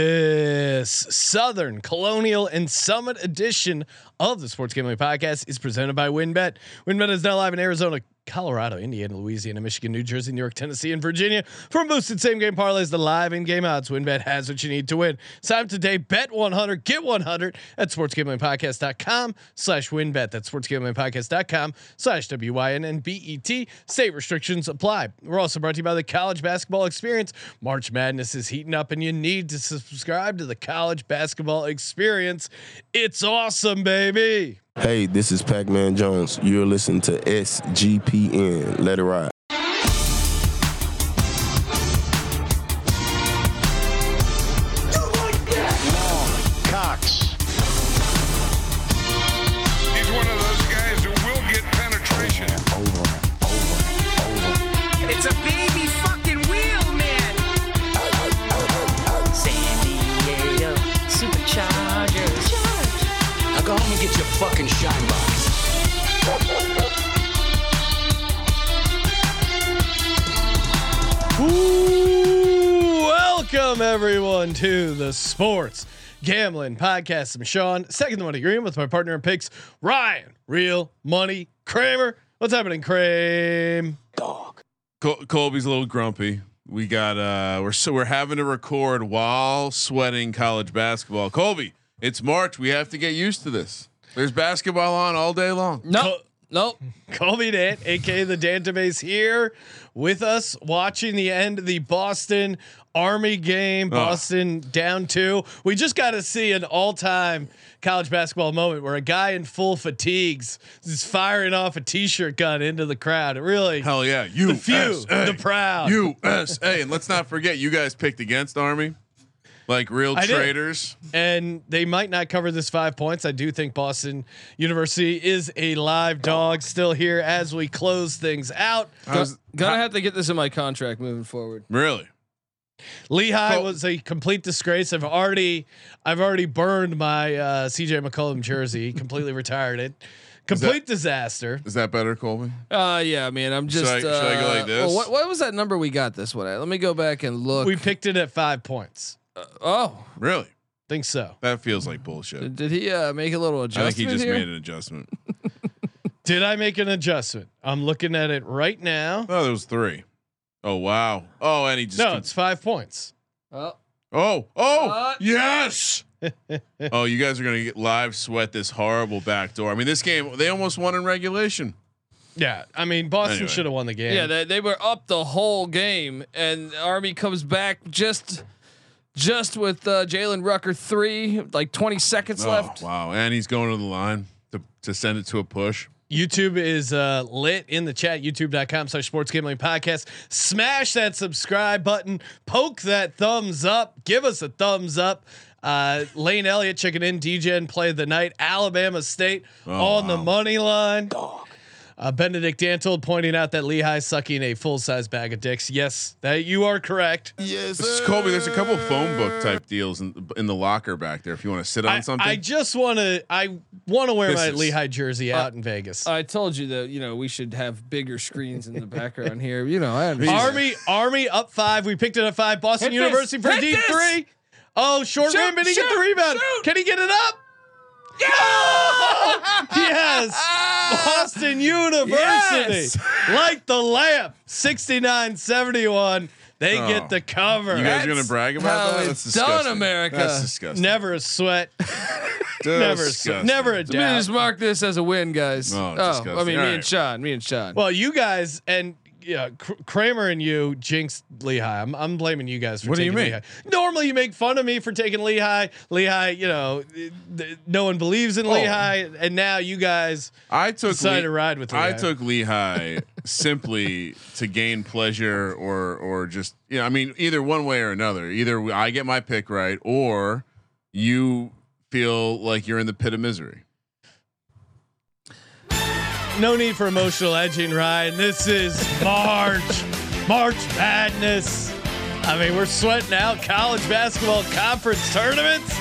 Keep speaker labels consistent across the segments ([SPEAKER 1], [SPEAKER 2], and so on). [SPEAKER 1] This Southern Colonial and Summit edition of the Sports Gambling Podcast is presented by WinBet. WinBet is now live in Arizona, Colorado, Indiana, Louisiana, Michigan, New Jersey, New York, Tennessee, and Virginia. For boosted same game parlays, the live in game odds, WinBet has what you need to win. Sign up today, bet 100, get 100 at sportsgamblingpodcast.com slash winbet. That's sportsgamblingpodcast.com slash W-Y-N-N-B-E-T. E State restrictions apply. We're also brought to you by the College Basketball Experience. March Madness is heating up and you need to subscribe to the College Basketball Experience. It's awesome, baby.
[SPEAKER 2] Hey, this is Pac Man Jones. You're listening to SGPN. Let it ride.
[SPEAKER 3] Cox.
[SPEAKER 4] He's one of those guys who will get penetration.
[SPEAKER 5] It's a baby fucking wheel, man. San Diego Superchargers.
[SPEAKER 6] Now go home and get your fucking shine box.
[SPEAKER 1] Ooh, welcome everyone to the sports gambling podcast. I'm Sean, second the money green with my partner in picks, Ryan, real money Kramer. What's happening, Kramer?
[SPEAKER 7] Col- Colby's a little grumpy. We got uh we're so we're having to record while sweating college basketball. Colby, it's March. We have to get used to this. There's basketball on all day long.
[SPEAKER 6] No, no.
[SPEAKER 1] Colby Dant, aka the Dantabase, here with us watching the end of the Boston Army game. Boston down two. We just got to see an all-time college basketball moment where a guy in full fatigues is firing off a t-shirt gun into the crowd. It really,
[SPEAKER 7] Hell yeah. You
[SPEAKER 1] the few, the proud.
[SPEAKER 7] USA. And let's not forget you guys picked against Army. Like real
[SPEAKER 1] I did.
[SPEAKER 7] traitors.
[SPEAKER 1] and they might not cover this five points. I do think Boston University is a live dog still here as we close things out.
[SPEAKER 7] I was-
[SPEAKER 8] Gonna have to get this in my contract moving forward.
[SPEAKER 7] really?
[SPEAKER 1] Lehigh
[SPEAKER 7] Col-
[SPEAKER 1] was a complete disgrace. I've already, I've already burned my uh, CJ McCollum jersey. Completely retired it. Complete disaster.
[SPEAKER 7] Is that better, Colby?
[SPEAKER 8] Uh yeah, man. I'm just.
[SPEAKER 7] Should I- should I go
[SPEAKER 8] uh,
[SPEAKER 7] like this?
[SPEAKER 8] well, what, what was that number we got this one at? Let me go back and look.
[SPEAKER 1] We picked it at five points.
[SPEAKER 8] oh,
[SPEAKER 7] Really?
[SPEAKER 1] Think so?
[SPEAKER 7] That feels like bullshit.
[SPEAKER 8] did he uh, make a little
[SPEAKER 7] I
[SPEAKER 8] adjustment
[SPEAKER 7] think he just
[SPEAKER 8] here?
[SPEAKER 7] made an adjustment.
[SPEAKER 1] Did I make an adjustment? I'm looking at it right now.
[SPEAKER 7] Oh, there was three. Oh wow. Oh, and he just
[SPEAKER 1] No,
[SPEAKER 7] con-
[SPEAKER 1] it's five points.
[SPEAKER 8] Oh,
[SPEAKER 7] Oh, oh,
[SPEAKER 8] Uh,
[SPEAKER 7] yes. oh, you guys are going to get live sweat this horrible back door. I mean, this game, they almost won in regulation.
[SPEAKER 1] Yeah, I mean Boston
[SPEAKER 7] Anyway.
[SPEAKER 1] should have won the game.
[SPEAKER 8] yeah. They, they were up the whole game, and Army comes back just, just with uh, Jalen Rucker three, like 20 seconds left.
[SPEAKER 7] Oh, wow. And he's going to the line to, to send it to a push.
[SPEAKER 1] YouTube is uh, lit in the chat. YouTube.com slash sports gambling podcast. Smash that subscribe button. Poke that thumbs up. Give us a thumbs up. Uh, Lane Elliott checking in. DJN played the night. Alabama State on the
[SPEAKER 7] wow.
[SPEAKER 1] money line. Uh, Benedict Dantold pointing out that Lehigh sucking a full size bag of dicks. Yes, that you are correct.
[SPEAKER 2] Yes,
[SPEAKER 7] This is Colby, there's a couple phone book type deals in, in the locker back there if you want to sit on
[SPEAKER 1] I,
[SPEAKER 7] something.
[SPEAKER 1] I just want to. I want to wear
[SPEAKER 7] This
[SPEAKER 1] my
[SPEAKER 7] is- uh,
[SPEAKER 1] Lehigh jersey out in Vegas.
[SPEAKER 8] I told you that you know we should have bigger screens in the background here. You know, I understand.
[SPEAKER 1] Army, Army up five. We picked it at five. Boston
[SPEAKER 8] Hit this.
[SPEAKER 1] University for
[SPEAKER 8] Hit
[SPEAKER 1] D
[SPEAKER 8] this.
[SPEAKER 1] three. Oh, short
[SPEAKER 8] Shoot,
[SPEAKER 1] rim, but he get the
[SPEAKER 8] shoot,
[SPEAKER 1] rebound.
[SPEAKER 8] shoot.
[SPEAKER 1] Can he get it up? Yes. Boston University,
[SPEAKER 8] Yes.
[SPEAKER 1] like the lamp, 69-71. They
[SPEAKER 7] Oh.
[SPEAKER 1] get the cover.
[SPEAKER 7] you guys are going to brag about
[SPEAKER 8] how
[SPEAKER 7] that?
[SPEAKER 8] it's done, America.
[SPEAKER 7] That's disgusting.
[SPEAKER 1] never a sweat, never, a sweat,
[SPEAKER 7] Disgusting.
[SPEAKER 1] never a
[SPEAKER 8] Let me
[SPEAKER 1] doubt.
[SPEAKER 8] just mark this as a win, guys.
[SPEAKER 7] Oh,
[SPEAKER 8] Oh,
[SPEAKER 7] disgusting.
[SPEAKER 8] I mean, me
[SPEAKER 7] All
[SPEAKER 8] and
[SPEAKER 7] right.
[SPEAKER 8] Sean, me and Sean.
[SPEAKER 1] Well, you guys and yeah, Kr- Kramer and you jinxed Lehigh. I'm, I'm blaming you guys for
[SPEAKER 7] What do you
[SPEAKER 1] taking
[SPEAKER 7] mean?
[SPEAKER 1] Lehigh. Normally, you make fun of me for taking Lehigh. Lehigh, you know, th- th- no one believes
[SPEAKER 7] Oh.
[SPEAKER 1] in Lehigh, and now you guys.
[SPEAKER 7] I took
[SPEAKER 1] Decided to ride with
[SPEAKER 7] I
[SPEAKER 1] Lehigh.
[SPEAKER 7] took Lehigh simply to gain pleasure, or or just you know, I mean, either one way or another. Either I get my pick right, or you feel like you're in the pit of misery.
[SPEAKER 1] No need for emotional edging, Ryan. This is March, March Madness. I mean, we're sweating out college basketball conference tournaments.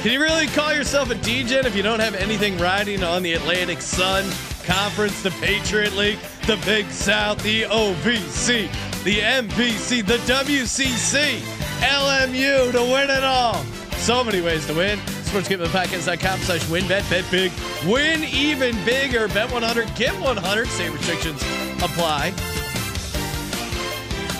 [SPEAKER 1] Can you really call yourself a DJ if you don't have anything riding on the Atlantic Sun Conference, the Patriot League, the Big South, the OVC, the MPC, the WCC? LMU to win it all. So many ways to win. SportsGamblerPodcast.com slash win bet. Bet big. Win even bigger. Bet 100. Get 100. State restrictions apply.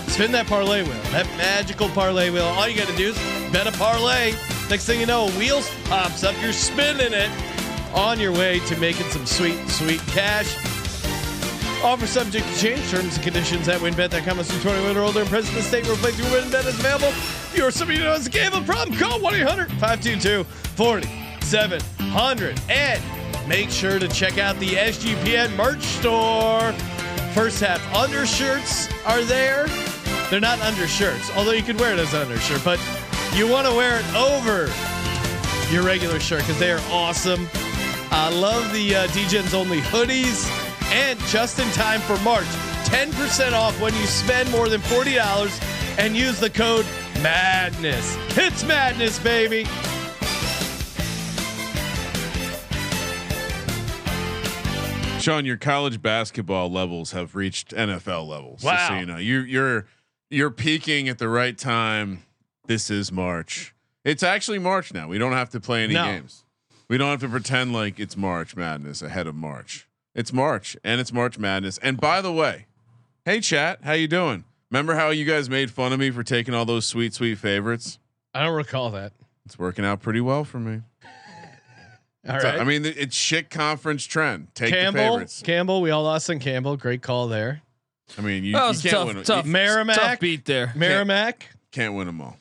[SPEAKER 1] Spin that parlay wheel. That magical parlay wheel. All you got to do is bet a parlay. Next thing you know, a wheel pops up. You're spinning it on your way to making some sweet, sweet cash. Offer subject to change. Terms and conditions at winbet.com. Must be 21 or older and present in the state where playthrough winbet is available. If you or somebody who knows the game of problem, call 1 800 522 4700. And make sure to check out the SGPN merch store. First half undershirts are there. They're not undershirts, although you could wear it as an undershirt, but you want to wear it over your regular shirt because they are awesome. I love the uh, DGens only hoodies and just in time for March. 10% off when you spend more than $40 and use the code MADNESS. It's madness, baby.
[SPEAKER 7] Sean, your college basketball levels have reached NFL levels. Just so
[SPEAKER 1] Wow.
[SPEAKER 7] you know, you, you're you're peaking at the right time. This is March. It's actually March now. We don't have to play any
[SPEAKER 1] No.
[SPEAKER 7] games. We don't have to pretend like it's March Madness ahead of March. It's March and it's March Madness. And by the way, hey chat, how you doing? Remember how you guys made fun of me for taking all those sweet sweet favorites?
[SPEAKER 1] I don't recall that.
[SPEAKER 7] It's working out pretty well for me.
[SPEAKER 1] All right.
[SPEAKER 7] So, I mean, it's shit conference trend. Take the
[SPEAKER 1] Campbell,
[SPEAKER 7] favorites.
[SPEAKER 1] Campbell, we all lost on Campbell. Great call there.
[SPEAKER 7] I mean, you,
[SPEAKER 8] That
[SPEAKER 7] you
[SPEAKER 8] was
[SPEAKER 7] can't
[SPEAKER 8] tough,
[SPEAKER 7] win.
[SPEAKER 8] tough.
[SPEAKER 7] you
[SPEAKER 1] Merrimack.
[SPEAKER 8] Tough beat there.
[SPEAKER 1] Merrimack.
[SPEAKER 7] can't win them all.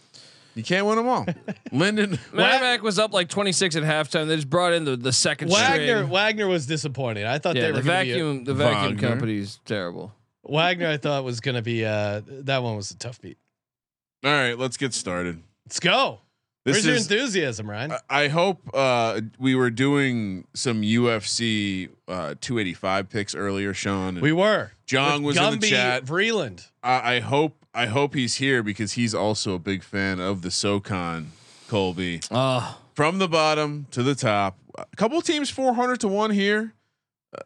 [SPEAKER 7] You can't win them all. Linden,
[SPEAKER 8] Merrimack was up like 26 at halftime. They just brought in the, the second
[SPEAKER 1] Wagner.
[SPEAKER 8] string.
[SPEAKER 1] Wagner was disappointed. I thought they
[SPEAKER 8] Yeah, the
[SPEAKER 1] were gonna be a-
[SPEAKER 8] vacuum, the vacuum
[SPEAKER 7] Wagner.
[SPEAKER 8] company's terrible.
[SPEAKER 1] Wagner. I thought was going to be. Uh, that one was a tough beat.
[SPEAKER 7] all right, let's get started.
[SPEAKER 1] Let's go.
[SPEAKER 7] This
[SPEAKER 1] Where's your
[SPEAKER 7] is.
[SPEAKER 1] enthusiasm, Ryan?
[SPEAKER 7] I- I hope uh, we were doing some UFC uh, 285 picks earlier, Sean. and
[SPEAKER 1] we were.
[SPEAKER 7] Jong
[SPEAKER 1] With
[SPEAKER 7] was in the
[SPEAKER 1] Gumby
[SPEAKER 7] chat.
[SPEAKER 1] Vreeland.
[SPEAKER 7] I, I hope I hope he's here because he's also a big fan of the SoCon. Colby
[SPEAKER 8] Oh,
[SPEAKER 7] from the bottom to the top. A couple teams 400 to 1 here.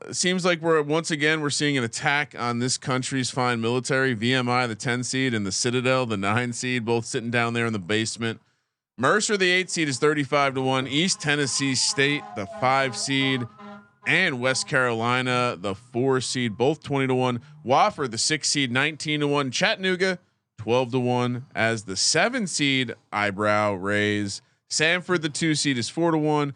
[SPEAKER 7] Uh, seems like we're once again we're seeing an attack on this country's fine military. VMI the 10 seed and the Citadel the 9 seed both sitting down there in the basement. Mercer the 8 seed is 35 to 1. East Tennessee State the 5 seed and West Carolina the 4 seed both 20 to 1. Wofford the 6 seed 19 to 1. Chattanooga 12 to 1 as the 7 seed eyebrow raise. Sanford the 2 seed is 4 to 1.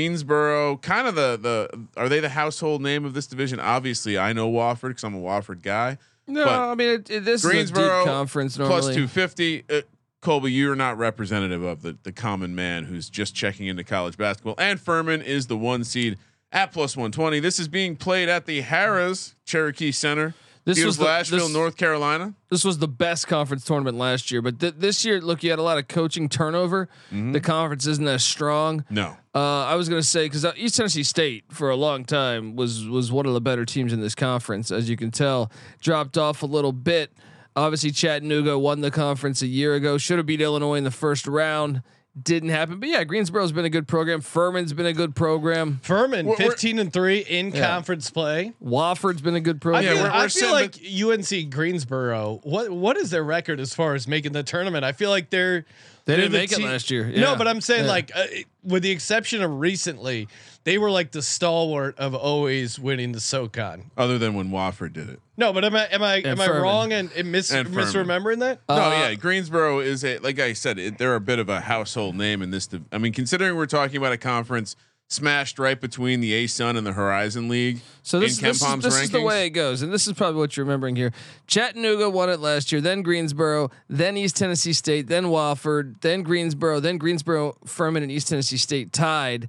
[SPEAKER 7] Greensboro, kind of the the are they the household name of this division? Obviously, I know Wofford cuz I'm a Wofford guy.
[SPEAKER 8] no.
[SPEAKER 7] But
[SPEAKER 8] I mean, it, it- this is a
[SPEAKER 7] Greensboro
[SPEAKER 8] deep conference normally.
[SPEAKER 7] Plus 250. Uh, Colby, you're not representative of the the common man who's just checking into college basketball. And Furman is the 1 seed at plus 120. This is being played at the Harris Cherokee Center.
[SPEAKER 8] This
[SPEAKER 7] This was
[SPEAKER 8] was the-
[SPEAKER 7] Nashville,
[SPEAKER 8] this-
[SPEAKER 7] North Carolina.
[SPEAKER 8] this was the best conference tournament last year, but th- this year, look, you had a lot of coaching turnover. The conference isn't as strong.
[SPEAKER 7] Mm-hmm. No.
[SPEAKER 8] Uh, I was gonna say because East Tennessee State for a long time was was one of the better teams in this conference, as you can tell. Dropped off a little bit. Obviously, Chattanooga won the conference a year ago. Should have beat Illinois in the first round. Didn't happen. But yeah, Greensboro's been a good program. Furman's been a good program.
[SPEAKER 1] Furman,
[SPEAKER 7] We're- we're-
[SPEAKER 1] 15 and 3 in conference play.
[SPEAKER 8] Wofford's been a good
[SPEAKER 1] I
[SPEAKER 8] program.
[SPEAKER 1] feel,
[SPEAKER 7] we're-
[SPEAKER 1] I
[SPEAKER 7] we're
[SPEAKER 1] feel
[SPEAKER 7] sending-
[SPEAKER 1] like UNC Greensboro. What what is their record as far as making the tournament? I feel like they're
[SPEAKER 8] They
[SPEAKER 1] they're
[SPEAKER 8] didn't
[SPEAKER 1] the
[SPEAKER 8] make it last year. Yeah.
[SPEAKER 1] No, but I'm saying
[SPEAKER 8] Yeah.
[SPEAKER 1] like uh, with the exception of recently, they were like the stalwart of always winning the SoCon.
[SPEAKER 7] Other than when Wofford did it.
[SPEAKER 1] No, but am I am I am I
[SPEAKER 8] Furman.
[SPEAKER 1] wrong and, and, mis-
[SPEAKER 7] And Furman.
[SPEAKER 1] misremembering that?
[SPEAKER 7] No,
[SPEAKER 8] Uh,
[SPEAKER 7] yeah, Greensboro is a like I said, it, they're a bit of a household name in this. div- I mean, considering we're talking about a conference smashed right between the A Sun and the Horizon League.
[SPEAKER 8] So this,
[SPEAKER 7] in
[SPEAKER 8] this, is,
[SPEAKER 7] Kempom's
[SPEAKER 8] this is the
[SPEAKER 7] rankings,
[SPEAKER 8] way it goes, and this is probably what you're remembering here. Chattanooga won it last year, then Greensboro, then East Tennessee State, then Wofford, then Greensboro, then Greensboro, Furman, and East Tennessee State tied.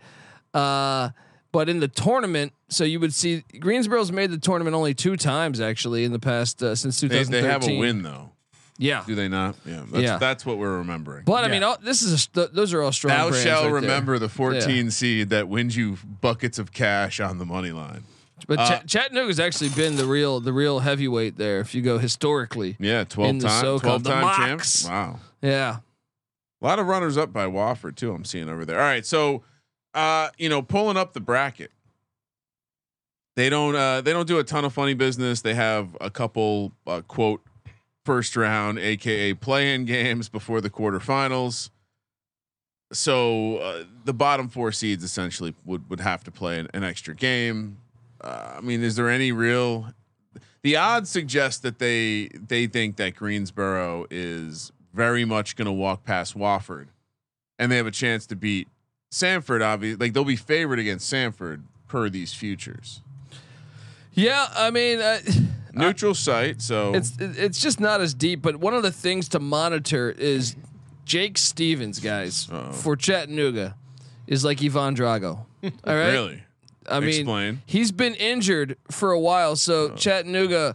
[SPEAKER 8] Uh, but in the tournament, so you would see Greensboro's made the tournament only two times actually in the past uh, since
[SPEAKER 7] They,
[SPEAKER 8] 2013.
[SPEAKER 7] they have a win though,
[SPEAKER 8] yeah.
[SPEAKER 7] do they not? Yeah, that's,
[SPEAKER 8] Yeah.
[SPEAKER 7] that's what we're remembering.
[SPEAKER 8] But I
[SPEAKER 1] Yeah.
[SPEAKER 8] mean, all, this is a, st- those are all strong.
[SPEAKER 7] Thou
[SPEAKER 8] brands
[SPEAKER 7] shall
[SPEAKER 8] right there.
[SPEAKER 7] remember the 14 seed that wins you buckets of cash on the money line.
[SPEAKER 8] But
[SPEAKER 7] uh,
[SPEAKER 8] Cha- Chattanooga's actually been the real the real heavyweight there. If you go historically,
[SPEAKER 7] Yeah, 12
[SPEAKER 8] In the
[SPEAKER 7] time,
[SPEAKER 8] SoCon,
[SPEAKER 7] 12
[SPEAKER 8] the
[SPEAKER 7] time
[SPEAKER 8] Mocs.
[SPEAKER 7] champs. Wow.
[SPEAKER 8] yeah.
[SPEAKER 7] A lot of runners up by Wofford too. I'm seeing over there. All right, so uh, you know, pulling up the bracket, they don't uh, they don't do a ton of funny business. They have a couple uh, quote first round, aka play-in games before the quarterfinals. So uh, the bottom four seeds essentially would would have to play an, an extra game. Uh, I mean, is there any real? The odds suggest that they they think that Greensboro is very much going to walk past Wofford, and they have a chance to beat Sanford. Obviously, like they'll be favored against Sanford per these futures.
[SPEAKER 8] Yeah, I mean, uh,
[SPEAKER 7] Neutral site, so
[SPEAKER 8] it's it's just not as deep. But one of the things to monitor is Jake Stevens, guys, for Chattanooga, is like Ivan Drago. All right,
[SPEAKER 7] really.
[SPEAKER 8] I mean,
[SPEAKER 7] Explain.
[SPEAKER 8] he's been injured for a while, so Chattanooga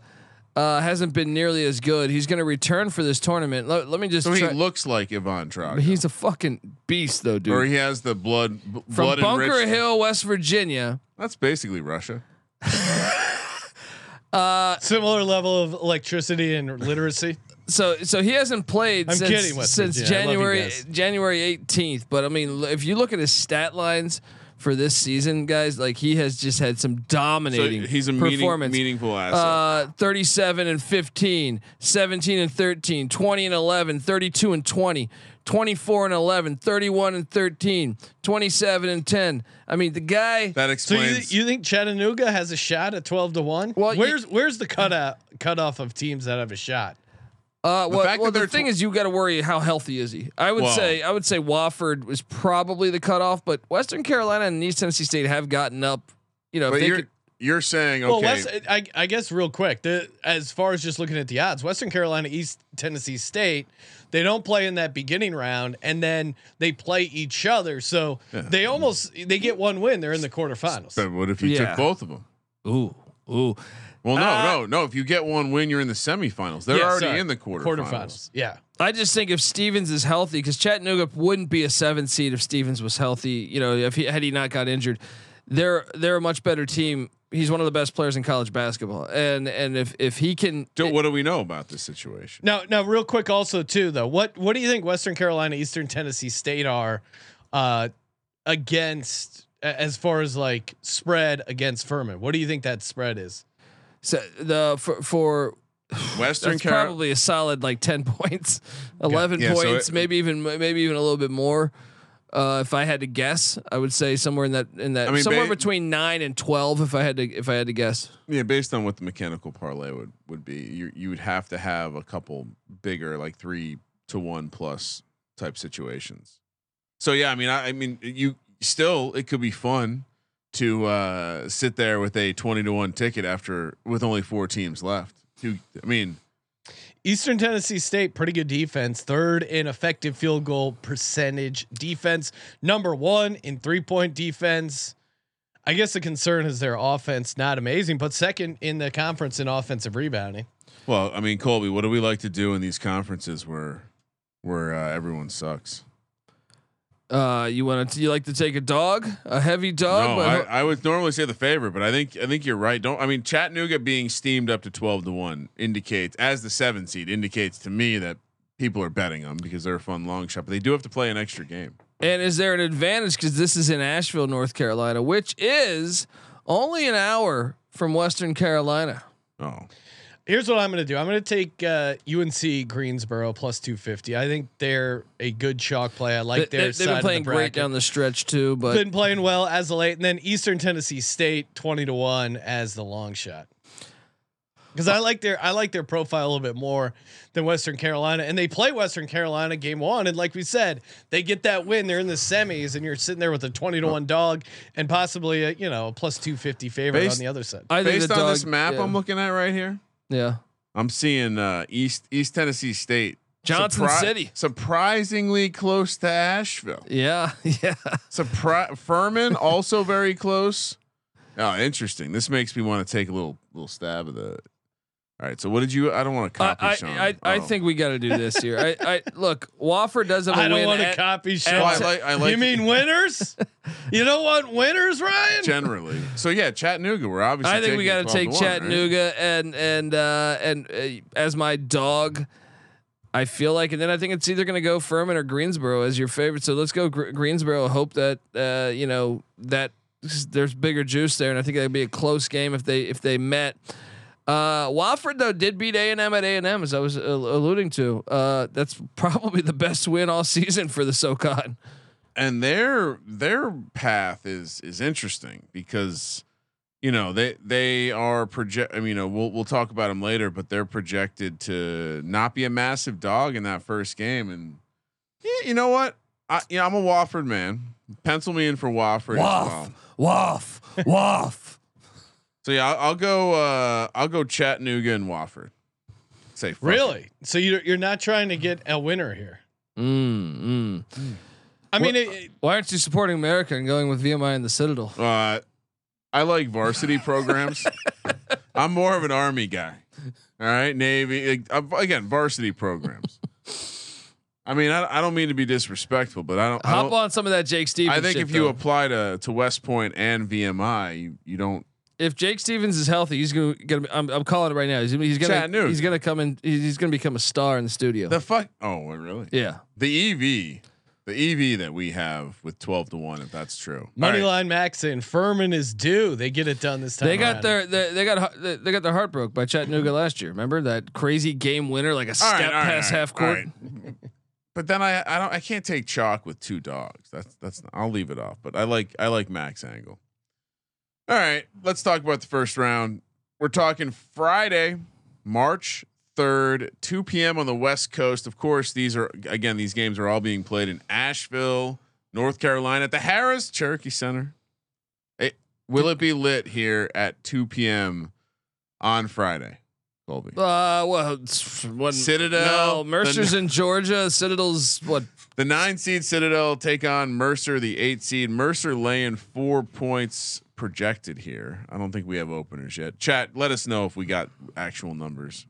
[SPEAKER 8] uh, hasn't been nearly as good. He's going to return for this tournament. Let, let me just.
[SPEAKER 7] So he
[SPEAKER 8] try-
[SPEAKER 7] looks like Ivan Drago.
[SPEAKER 8] he's a fucking beast, though, dude.
[SPEAKER 7] or he has the blood b-
[SPEAKER 8] From
[SPEAKER 7] blood
[SPEAKER 8] Bunker
[SPEAKER 7] enriched-
[SPEAKER 8] Hill, West Virginia.
[SPEAKER 7] That's basically Russia.
[SPEAKER 1] Similar level of electricity and literacy.
[SPEAKER 8] So so he hasn't played
[SPEAKER 1] I'm
[SPEAKER 8] since,
[SPEAKER 1] kidding, West
[SPEAKER 8] since
[SPEAKER 1] Virginia. I love you
[SPEAKER 8] January
[SPEAKER 1] guys.
[SPEAKER 8] January 18th. But I mean, l- if you look at his stat lines for this season, guys, like he has just had some
[SPEAKER 7] So
[SPEAKER 8] dominating
[SPEAKER 7] he's a meaning,
[SPEAKER 8] performance.
[SPEAKER 7] meaningful asset.
[SPEAKER 8] uh, 37 and 15, 17 and 13, 20 and 11, 32 and 20, 24 and 11, 31 and 13, 27 and 10. I mean, the guy.
[SPEAKER 7] that
[SPEAKER 1] So you,
[SPEAKER 7] explains.
[SPEAKER 1] you think Chattanooga has a shot at twelve to one?
[SPEAKER 8] Well, you-
[SPEAKER 1] where's where's the cutout cutoff of teams that have a shot?
[SPEAKER 8] Uh, well,
[SPEAKER 7] fact
[SPEAKER 8] well,
[SPEAKER 7] that
[SPEAKER 8] the
[SPEAKER 7] they're
[SPEAKER 8] thing
[SPEAKER 7] tw-
[SPEAKER 8] is, you got to worry how healthy is he. I would
[SPEAKER 7] Well-
[SPEAKER 8] say, I would say Wofford was probably the cutoff, but Western Carolina and East Tennessee State have gotten up. You know, if
[SPEAKER 7] but
[SPEAKER 8] they
[SPEAKER 7] you're
[SPEAKER 8] could,
[SPEAKER 7] you're saying
[SPEAKER 1] Well,
[SPEAKER 7] okay.
[SPEAKER 1] West, I, I guess real quick, the, as far as just looking at the odds, Western Carolina, East Tennessee State, they don't play in that beginning round, and then they play each other. So they almost they get one win, they're in the quarterfinals.
[SPEAKER 7] but what if you
[SPEAKER 8] Yeah.
[SPEAKER 7] took both of them?
[SPEAKER 8] ooh, ooh,
[SPEAKER 7] Well, no,
[SPEAKER 8] Uh,
[SPEAKER 7] no, no. If you get one win, you're in the semifinals. They're
[SPEAKER 1] Yeah,
[SPEAKER 7] already
[SPEAKER 1] sorry.
[SPEAKER 7] in the quarterfinals.
[SPEAKER 1] Yeah,
[SPEAKER 8] I just think if Stevens is healthy, because Chattanooga wouldn't be a seven seed if Stevens was healthy. You know, if he had he not got injured, they're they're a much better team. He's one of the best players in college basketball, and and if if he can,
[SPEAKER 7] Do, what do we know about this situation?
[SPEAKER 1] Now, now, real quick, also too though, what what do you think Western Carolina, Eastern Tennessee State are uh, against a- as far as like spread against Furman? What do you think that spread is?
[SPEAKER 8] so the for, for
[SPEAKER 7] Western
[SPEAKER 8] that's
[SPEAKER 7] Carolina.
[SPEAKER 8] probably a solid like 10 points 11
[SPEAKER 7] Yeah, so
[SPEAKER 8] points
[SPEAKER 7] it-
[SPEAKER 8] maybe even maybe even a little bit more uh, if i had to guess i would say somewhere in that in that
[SPEAKER 7] I mean,
[SPEAKER 8] somewhere
[SPEAKER 7] ba-
[SPEAKER 8] between 9 and 12 if i had to if i had to guess
[SPEAKER 7] Yeah, based on what the mechanical parlay would would be, you you would have to have a couple bigger, like three to one plus type situations. So yeah, I mean, I, I mean, you still it could be fun to uh, sit there with a twenty to one ticket after with only four teams left. You- I mean,
[SPEAKER 1] Eastern Tennessee State, pretty good defense, third in effective field goal percentage defense, number one in three point defense. I guess the concern is their offense not amazing, but second in the conference in offensive rebounding.
[SPEAKER 7] well, I mean, Colby, what do we like to do in these conferences where where uh, everyone sucks?
[SPEAKER 8] uh, you want to you like to take a dog a heavy dog
[SPEAKER 7] No, I, I would normally say the favorite, but I think I think you're right. Don't I mean Chattanooga being steamed up to twelve to one indicates as the seven seed indicates to me that people are betting them because they're a fun long shot, but they do have to play an extra game.
[SPEAKER 8] and is there an advantage because this is in asheville north carolina which is only an hour from western carolina
[SPEAKER 7] Oh,
[SPEAKER 1] Here's what I'm going to do. I'm going to take uh, UNC Greensboro plus 250. I think they're a good chalk play. I like
[SPEAKER 8] they,
[SPEAKER 1] their
[SPEAKER 8] have
[SPEAKER 1] side
[SPEAKER 8] been playing
[SPEAKER 1] of the
[SPEAKER 8] great
[SPEAKER 1] bracket.
[SPEAKER 8] down the stretch too but
[SPEAKER 1] been playing well as of late, and then Eastern Tennessee State twenty to one as the long shot. Because I like their I like their profile a little bit more than Western Carolina, and they play Western Carolina game one, and like we said, they get that win. They're in the semis, and you're sitting there with a twenty to one dog and possibly a you know a plus two fifty favorite
[SPEAKER 7] Based-
[SPEAKER 1] on the other side.
[SPEAKER 8] I think
[SPEAKER 7] based
[SPEAKER 8] the
[SPEAKER 7] on
[SPEAKER 8] dog-
[SPEAKER 7] this map
[SPEAKER 8] yeah,
[SPEAKER 7] I'm looking at right here,
[SPEAKER 8] yeah
[SPEAKER 7] I'm seeing uh, East East Tennessee State,
[SPEAKER 8] Johnson City.
[SPEAKER 7] surprisingly close to Asheville.
[SPEAKER 8] yeah yeah
[SPEAKER 7] Surpri- Furman also very close. Oh, interesting. This makes me want to take a little little stab of the. All right, so what did you? I don't want to
[SPEAKER 8] I,
[SPEAKER 7] copy
[SPEAKER 8] I,
[SPEAKER 7] Sean.
[SPEAKER 8] I, I
[SPEAKER 7] Oh.
[SPEAKER 8] think we got to do this here. I, I look, Wofford does have a
[SPEAKER 1] I don't
[SPEAKER 8] win.
[SPEAKER 1] want to
[SPEAKER 8] at-
[SPEAKER 1] copy Sean.
[SPEAKER 7] I like- I like-
[SPEAKER 1] you mean winners? you don't want winners, Ryan?
[SPEAKER 7] generally. So yeah, Chattanooga. We're obviously.
[SPEAKER 8] I think we got to take
[SPEAKER 7] Chattanooga.
[SPEAKER 8] Chattanooga and and uh, and uh, as my dog. I feel like, and then I think it's either going to go Furman or Greensboro as your favorite. So let's go Gr- Greensboro. Hope that uh, you know that there's bigger juice there, and I think that'd be a close game if they if they met. Uh, Wofford though did beat A and M at A and M as I was uh, alluding to. Uh, that's probably the best win all season for the SoCon.
[SPEAKER 7] and their their path is is interesting because you know they they are project I mean you know we'll we'll talk about them later but they're projected to not be a massive dog in that first game and yeah, you know what I you know I'm a Wofford man pencil me in for Wofford as well.
[SPEAKER 8] Waff, waff, waff.
[SPEAKER 7] so yeah I'll, I'll go uh I'll go Chattanooga and Wofford say fuck it.
[SPEAKER 1] Really? So you're you're not trying to get a winner here.
[SPEAKER 8] Mm, mm.
[SPEAKER 1] I mean, it, it-
[SPEAKER 8] Why aren't you supporting America and going with VMI and the Citadel?
[SPEAKER 7] Uh, I like varsity programs. I'm more of an army guy. All right, Navy. like, uh, Again, varsity programs. I mean, I, I don't mean to be disrespectful, but I don't. I,
[SPEAKER 8] Hop
[SPEAKER 7] don't-
[SPEAKER 8] on some of that Jake Stevens.
[SPEAKER 7] I think
[SPEAKER 8] shit,
[SPEAKER 7] if you
[SPEAKER 8] though.
[SPEAKER 7] apply to to West Point and VMI, you, you don't.
[SPEAKER 8] if Jake Stevens is healthy, he's gonna gonna. Be, I'm, I'm calling it right now. He's, he's gonna
[SPEAKER 7] Chattanooga.
[SPEAKER 8] he's gonna come in. He's, he's gonna become a star in the studio.
[SPEAKER 7] The fuck. Oh, wait, really?
[SPEAKER 8] yeah,
[SPEAKER 7] The EV, the EV that we have with twelve to one. If that's true,
[SPEAKER 1] money
[SPEAKER 7] All right.
[SPEAKER 1] line Max and Furman is due. They get it done this time.
[SPEAKER 8] they
[SPEAKER 1] around.
[SPEAKER 8] got their they, they got har- they they got their heart broke by Chattanooga last year. Remember that crazy game winner, like a
[SPEAKER 7] All
[SPEAKER 8] step
[SPEAKER 7] right, all right,
[SPEAKER 8] past
[SPEAKER 7] all right,
[SPEAKER 8] half
[SPEAKER 7] all
[SPEAKER 8] court.
[SPEAKER 7] right. But then I I don't I can't take chalk with two dogs. That's that's I'll leave it off. But I like I like Max Angle. All right, let's talk about the first round. We're talking Friday, March 3rd, 2 p.m. on the West Coast. Of course, these are again these games are all being played in Asheville, North Carolina at the Harris Cherokee Center. It, will it be lit here at 2 p.m. on Friday? Colby.
[SPEAKER 8] Uh, well, it's- what,
[SPEAKER 7] Citadel,
[SPEAKER 8] No, Mercer's
[SPEAKER 7] the-
[SPEAKER 8] in Georgia. Citadel's what?
[SPEAKER 7] The nine seed Citadel take on Mercer, the eight seed. Mercer laying four points projected here. I don't think we have openers yet. Chat, let us know if we got actual numbers.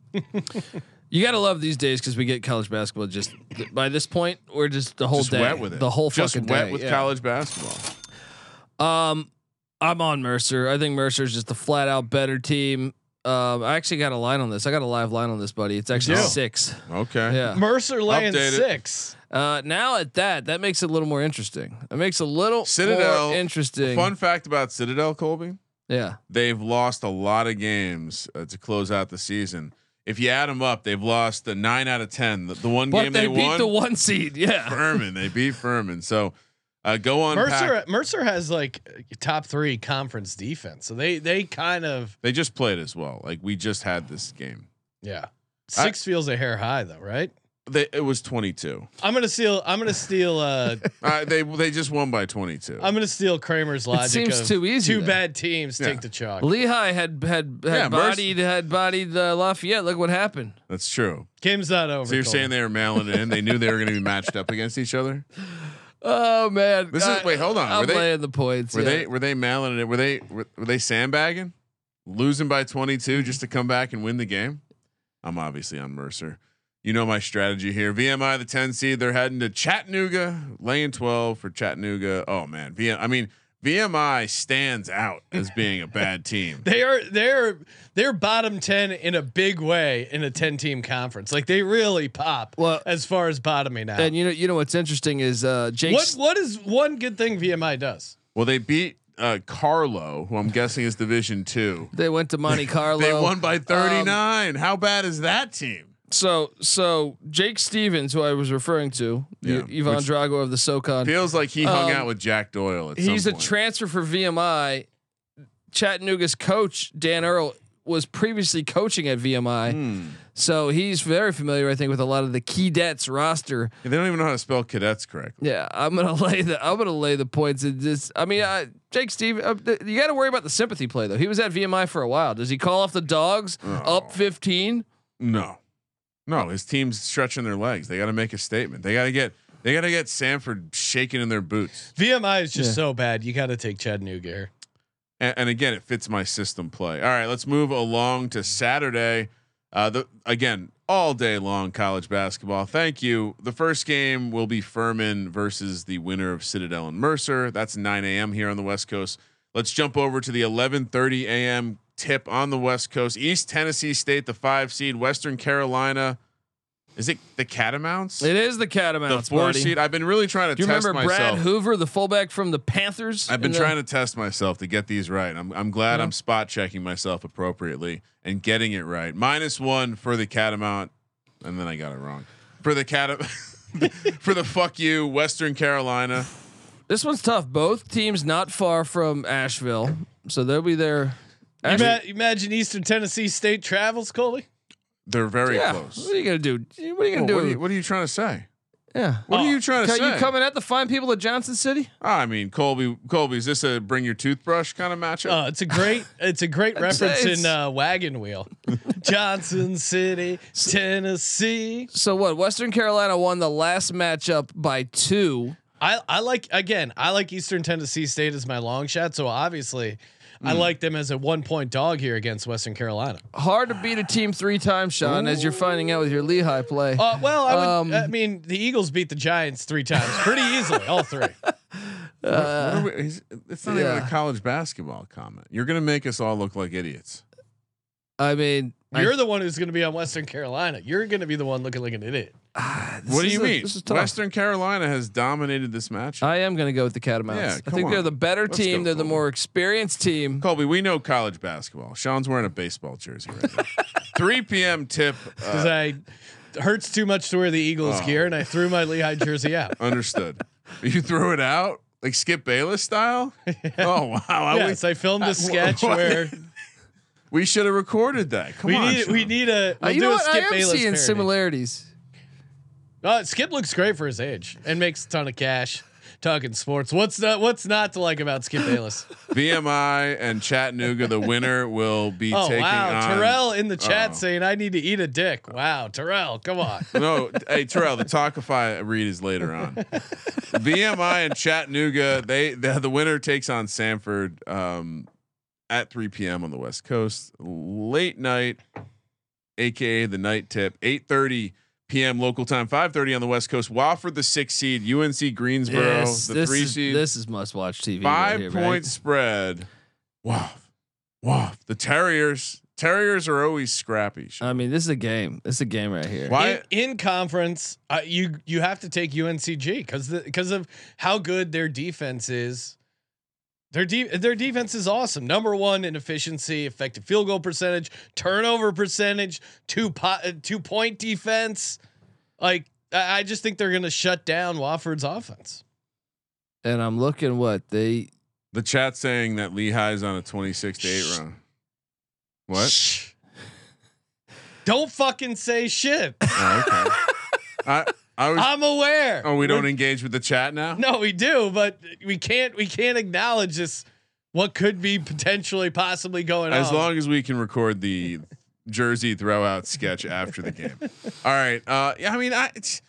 [SPEAKER 8] You gotta love these days because we get college basketball. Just by this point, we're just the whole
[SPEAKER 7] Just
[SPEAKER 8] day,
[SPEAKER 7] wet with it.
[SPEAKER 8] the whole
[SPEAKER 7] Just
[SPEAKER 8] fucking
[SPEAKER 7] wet
[SPEAKER 8] day,
[SPEAKER 7] with
[SPEAKER 8] yeah.
[SPEAKER 7] college basketball.
[SPEAKER 8] Um, I'm on Mercer. I think Mercer's just a flat out better team. Um, I actually got a line on this. I got a live line on this, buddy. It's actually
[SPEAKER 1] do?
[SPEAKER 8] six.
[SPEAKER 7] Okay.
[SPEAKER 8] Yeah.
[SPEAKER 1] Mercer laying
[SPEAKER 7] Updated.
[SPEAKER 1] six.
[SPEAKER 8] Uh, now at that, that makes it a little more interesting. That makes it a little
[SPEAKER 7] Citadel,
[SPEAKER 8] more interesting.
[SPEAKER 7] Fun fact about Citadel, Colby.
[SPEAKER 8] Yeah.
[SPEAKER 7] They've lost a lot of games uh, to close out the season. If you add them up, they've lost the nine out of ten. The, the one
[SPEAKER 8] But
[SPEAKER 7] game they,
[SPEAKER 8] they, beat
[SPEAKER 7] won,
[SPEAKER 8] the one seed. Yeah.
[SPEAKER 7] Furman. They beat Furman. So uh, go on.
[SPEAKER 1] Mercer
[SPEAKER 7] Pack.
[SPEAKER 1] Mercer has like top three conference defense, so they they kind of
[SPEAKER 7] They just played as well. Like we just had this game.
[SPEAKER 1] yeah. Six feels a hair high though, right?
[SPEAKER 7] They, it was 22.
[SPEAKER 1] I'm gonna steal. I'm gonna steal. Uh,
[SPEAKER 7] Uh, they they just won by 22.
[SPEAKER 1] I'm gonna steal Kramer's logic.
[SPEAKER 8] seems
[SPEAKER 1] of
[SPEAKER 8] too easy,
[SPEAKER 1] Two
[SPEAKER 8] though.
[SPEAKER 1] bad teams
[SPEAKER 7] Yeah.
[SPEAKER 1] take the chalk.
[SPEAKER 8] Lehigh had had had
[SPEAKER 7] Yeah, Mercer-
[SPEAKER 8] bodied had bodied uh, Lafayette. Look what happened.
[SPEAKER 7] That's true.
[SPEAKER 1] Game's not over.
[SPEAKER 7] So you're
[SPEAKER 1] Colby.
[SPEAKER 7] saying they were mailing it in? They knew they were going to be matched up against each other.
[SPEAKER 8] Oh man.
[SPEAKER 7] This is- wait, hold on.
[SPEAKER 8] I'm
[SPEAKER 7] Were they-
[SPEAKER 8] laying the points.
[SPEAKER 7] Were
[SPEAKER 8] yeah.
[SPEAKER 7] they were they mailing it? Were they were, were they sandbagging, losing by 22 just to come back and win the game? I'm obviously on Mercer. You know my strategy here. VMI the 10 seed. They're heading to Chattanooga, laying 12 for Chattanooga. Oh man, VM. I mean VMI stands out as being a bad team.
[SPEAKER 1] they are they're they're bottom ten in a big way in a ten team conference. Like they really pop
[SPEAKER 8] Well-
[SPEAKER 1] as far as bottoming out.
[SPEAKER 8] And you know, you know what's interesting is uh, Jake.
[SPEAKER 1] what what is one good thing VMI does?
[SPEAKER 7] Well, they beat uh, Carlo, who I'm guessing is Division Two.
[SPEAKER 8] They went to Monte Carlo.
[SPEAKER 7] They won by
[SPEAKER 8] Um,
[SPEAKER 7] 39. How bad is that team?
[SPEAKER 8] So so Jake Stevens, who I was referring to,
[SPEAKER 7] Yeah,
[SPEAKER 8] Y- Ivan
[SPEAKER 7] which-
[SPEAKER 8] Drago of the SoCon.
[SPEAKER 7] Feels like he hung
[SPEAKER 8] Um,
[SPEAKER 7] out with Jack Doyle. At
[SPEAKER 8] He's
[SPEAKER 7] some
[SPEAKER 8] a
[SPEAKER 7] point.
[SPEAKER 8] transfer for VMI. Chattanooga's coach Dan Earl was previously coaching at VMI,
[SPEAKER 7] Hmm.
[SPEAKER 8] so he's very familiar, I think, with a lot of the key debts roster.
[SPEAKER 7] They don't even know how to spell cadets correctly.
[SPEAKER 8] Yeah, I'm gonna lay the I'm gonna lay the points. in this, I mean, uh, Jake Steve, uh, th- you got to worry about the sympathy play though. He was at VMI for a while. Does he call off the dogs
[SPEAKER 7] Oh.
[SPEAKER 8] up 15?
[SPEAKER 7] No, no. His team's stretching their legs. They got to make a statement. They got to get. They got to get Sanford shaking in their boots.
[SPEAKER 1] VMI is just
[SPEAKER 8] Yeah.
[SPEAKER 1] so bad. You got to take Chattanooga here.
[SPEAKER 7] And, and again, it fits my system play. All right, let's move along to Saturday. Uh, the again all day long college basketball. Thank you. The first game will be Furman versus the winner of Citadel and Mercer. That's 9 a.m. here on the West Coast. Let's jump over to the 11:30 a.m. tip on the West Coast. East Tennessee State, the five seed. Western Carolina Is it the Catamounts?
[SPEAKER 8] It is
[SPEAKER 7] the
[SPEAKER 8] the Catamounts.
[SPEAKER 7] four
[SPEAKER 8] buddy.
[SPEAKER 7] seed. I've been really trying to
[SPEAKER 8] Do you
[SPEAKER 7] test
[SPEAKER 8] remember Brad
[SPEAKER 7] myself.
[SPEAKER 8] Hoover, the fullback from the Panthers? uh,
[SPEAKER 7] I've been
[SPEAKER 8] in the- Mm-hmm.
[SPEAKER 7] trying to test myself to get these right. I'm I'm glad I'm spot checking myself appropriately and getting it right. Minus one for the Catamount, and then I got it wrong for the cat for the fuck you Western Carolina.
[SPEAKER 8] This one's tough. Both teams not far from Asheville, so they'll be there.
[SPEAKER 1] You ma- imagine Eastern Tennessee State travels, Colby.
[SPEAKER 7] They're very
[SPEAKER 8] yeah.
[SPEAKER 7] close.
[SPEAKER 8] What are you gonna do? What are you
[SPEAKER 7] Well,
[SPEAKER 8] gonna do?
[SPEAKER 7] what, are you, what are you trying to say?
[SPEAKER 8] yeah.
[SPEAKER 7] What are you trying to
[SPEAKER 8] Ca-
[SPEAKER 7] say? Ah,
[SPEAKER 8] you coming at the fine people of Johnson City?
[SPEAKER 7] I mean, Colby, Colby, is this a bring your toothbrush kind of matchup?
[SPEAKER 1] Uh, it's a great, it's a great reference
[SPEAKER 8] it's-
[SPEAKER 1] in uh, Wagon Wheel, Johnson City, Tennessee.
[SPEAKER 8] So what? Western Carolina won the last matchup by two.
[SPEAKER 1] I, I like again. I like Eastern Tennessee State as my long shot. So obviously,
[SPEAKER 8] Hmm.
[SPEAKER 1] I like them as a one point dog here against Western Carolina.
[SPEAKER 8] Hard to beat a team three times, Sean, as you're finding out with your Lehigh play.
[SPEAKER 7] Oh.
[SPEAKER 1] Uh, well, I would.
[SPEAKER 8] Um,
[SPEAKER 1] I mean, the Eagles beat the Giants three times, pretty easily, all three.
[SPEAKER 7] What are we- is- it's not even
[SPEAKER 8] yeah.
[SPEAKER 7] a college basketball comment. You're gonna make us all look like idiots.
[SPEAKER 8] I mean, I-
[SPEAKER 1] You're the one who's going to be on Western Carolina. You're going to be the one looking like an idiot.
[SPEAKER 8] this
[SPEAKER 7] What do
[SPEAKER 8] is
[SPEAKER 7] you
[SPEAKER 8] a-
[SPEAKER 7] mean?
[SPEAKER 8] This is tough.
[SPEAKER 7] Western Carolina has dominated this matchup.
[SPEAKER 8] I am going to go with the Catamounts.
[SPEAKER 7] Yeah,
[SPEAKER 8] I
[SPEAKER 7] come
[SPEAKER 8] think they're
[SPEAKER 7] on.
[SPEAKER 8] the better
[SPEAKER 7] Let's
[SPEAKER 8] team.
[SPEAKER 7] go,
[SPEAKER 8] they're the
[SPEAKER 7] Colby.
[SPEAKER 8] more experienced team.
[SPEAKER 7] Colby, we know college basketball. Sean's wearing a baseball jersey right now. 3 p.m. tip.
[SPEAKER 1] Because
[SPEAKER 7] Uh,
[SPEAKER 1] I it hurts too much to wear the Eagles
[SPEAKER 7] Oh.
[SPEAKER 1] gear, and I threw my Lehigh jersey out.
[SPEAKER 7] understood. You threw it out like Skip Bayless style. Oh wow! I
[SPEAKER 1] yes,
[SPEAKER 7] wish-
[SPEAKER 1] I filmed a sketch
[SPEAKER 7] what?
[SPEAKER 1] where
[SPEAKER 7] we should have recorded that. Come
[SPEAKER 1] we
[SPEAKER 7] on,
[SPEAKER 1] need
[SPEAKER 7] Sean.
[SPEAKER 1] we need a.
[SPEAKER 8] Uh,
[SPEAKER 1] We'll
[SPEAKER 8] you
[SPEAKER 1] do
[SPEAKER 8] know
[SPEAKER 1] a
[SPEAKER 8] what? I
[SPEAKER 1] Skip
[SPEAKER 8] am
[SPEAKER 1] Bayless
[SPEAKER 8] seeing
[SPEAKER 1] parody.
[SPEAKER 8] similarities.
[SPEAKER 1] Uh, Skip looks great for his age and makes a ton of cash. Talking sports. What's not, what's not to like about Skip Bayless?
[SPEAKER 7] BMI and Chattanooga. The winner will be
[SPEAKER 1] Oh
[SPEAKER 7] taking
[SPEAKER 1] wow,
[SPEAKER 7] on
[SPEAKER 1] Terrell in the chat
[SPEAKER 7] Oh.
[SPEAKER 1] saying I need to eat a dick. Wow, Terrell, come on.
[SPEAKER 7] No, hey Terrell, the Talkify read is later on. VMI and Chattanooga, they the, the winner takes on Sanford um, at 3 p.m. on the West Coast, late night, aka the night tip, 8:30 p.m. local time, 5:30 on the West Coast. Wofford the six seed, UNC Greensboro the
[SPEAKER 8] this,
[SPEAKER 7] three
[SPEAKER 8] is,
[SPEAKER 7] seed,
[SPEAKER 8] this is must watch TV. right
[SPEAKER 7] five
[SPEAKER 8] here,
[SPEAKER 7] point
[SPEAKER 8] right?
[SPEAKER 7] spread. Wow, wow, the Terriers. Terriers are always scrappy.
[SPEAKER 8] I mean, this is a game. This is a game right here.
[SPEAKER 7] Why?
[SPEAKER 1] in, in conference, uh, you you have to take UNCG because because of how good their defense is. Their de- their defense is awesome. Number one in efficiency, effective field goal percentage, turnover percentage, two po- uh, two point defense. Like I, I just think they're going to shut down Wofford's offense.
[SPEAKER 8] And I'm looking what they.
[SPEAKER 7] The chat saying that Lehigh's on a 26 to 8 run. What?
[SPEAKER 1] Shh. Don't fucking say shit.
[SPEAKER 7] Oh, okay. I I was
[SPEAKER 1] I'm aware.
[SPEAKER 7] Oh, we don't
[SPEAKER 1] We're-
[SPEAKER 7] engage with the chat now?
[SPEAKER 1] No, we do, but we can't. We can't acknowledge this. What could be potentially, possibly going
[SPEAKER 7] As
[SPEAKER 1] on?
[SPEAKER 7] long as we can record the jersey throwout sketch after the game. All right. Uh yeah, I mean I it's,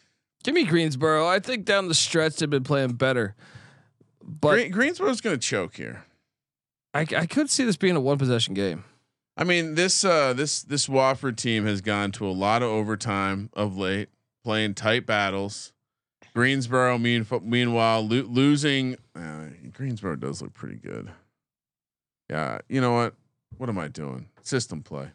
[SPEAKER 8] Give me Greensboro. I think down the stretch they've been playing better. But
[SPEAKER 7] Green, Greensboro's going to choke here.
[SPEAKER 8] I, I could see this being a one possession game.
[SPEAKER 7] I mean, this uh this this Wofford team has gone to a lot of overtime of late, playing tight battles. Greensboro, mean, meanwhile, lo- losing. Uh, Greensboro does look pretty good. Yeah, you know what? What am I doing? System play.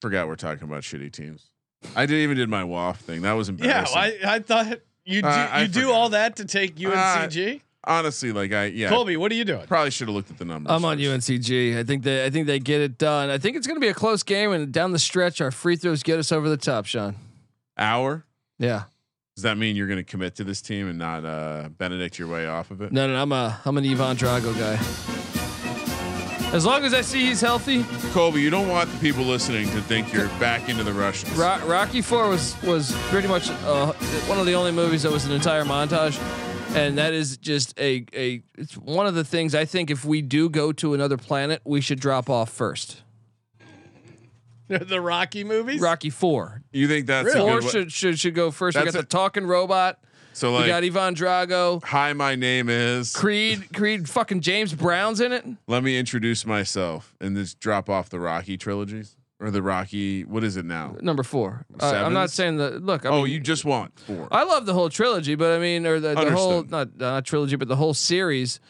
[SPEAKER 7] Forgot we're talking about shitty teams. I didn't even did my WAF thing. That was
[SPEAKER 1] yeah,
[SPEAKER 7] embarrassing.
[SPEAKER 1] I, I thought you do,
[SPEAKER 7] Uh, I
[SPEAKER 1] you do
[SPEAKER 7] forgot.
[SPEAKER 1] all that to take UNCG.
[SPEAKER 7] honestly like I yeah.
[SPEAKER 1] Colby, what are you doing?
[SPEAKER 7] Probably should have looked at the numbers.
[SPEAKER 8] I'm on
[SPEAKER 7] first.
[SPEAKER 8] UNCG. I think they I think they get it done. I think it's going to be a close game, and down the stretch, our free throws get us over the top, Sean.
[SPEAKER 7] Hour.
[SPEAKER 8] Yeah.
[SPEAKER 7] Does that mean you're going to commit to this team and not uh, Benedict your way off of it?
[SPEAKER 8] No, no, I'm a I'm an Ivan Drago guy. As long as I see he's healthy,
[SPEAKER 7] Colby, you don't want the people listening to think you're back into the Russians.
[SPEAKER 8] Ro- Rocky Four was was pretty much uh, one of the only movies that was an entire montage, and that is just a a. It's one of the things I think if we do go to another planet, we should drop off first.
[SPEAKER 1] the Rocky movies.
[SPEAKER 8] Rocky Four,
[SPEAKER 7] You think that's a
[SPEAKER 8] Four
[SPEAKER 7] good wa-
[SPEAKER 8] should should should go first. we
[SPEAKER 7] That's
[SPEAKER 8] got
[SPEAKER 7] a-
[SPEAKER 8] the talking robot.
[SPEAKER 7] so
[SPEAKER 8] we
[SPEAKER 7] like
[SPEAKER 8] got Ivan Drago.
[SPEAKER 7] hi, my name is.
[SPEAKER 8] Creed, Creed, fucking James Brown's in it.
[SPEAKER 7] Let me introduce myself and just drop off the Rocky trilogies or the Rocky. What is it now?
[SPEAKER 8] Number four. Uh, I'm not
[SPEAKER 7] Sevens?
[SPEAKER 8] saying that. Look, I
[SPEAKER 7] oh,
[SPEAKER 8] mean,
[SPEAKER 7] you just want four.
[SPEAKER 8] I love the whole trilogy, but I mean, or the, the whole
[SPEAKER 7] Understood.
[SPEAKER 8] not not trilogy, but the whole series.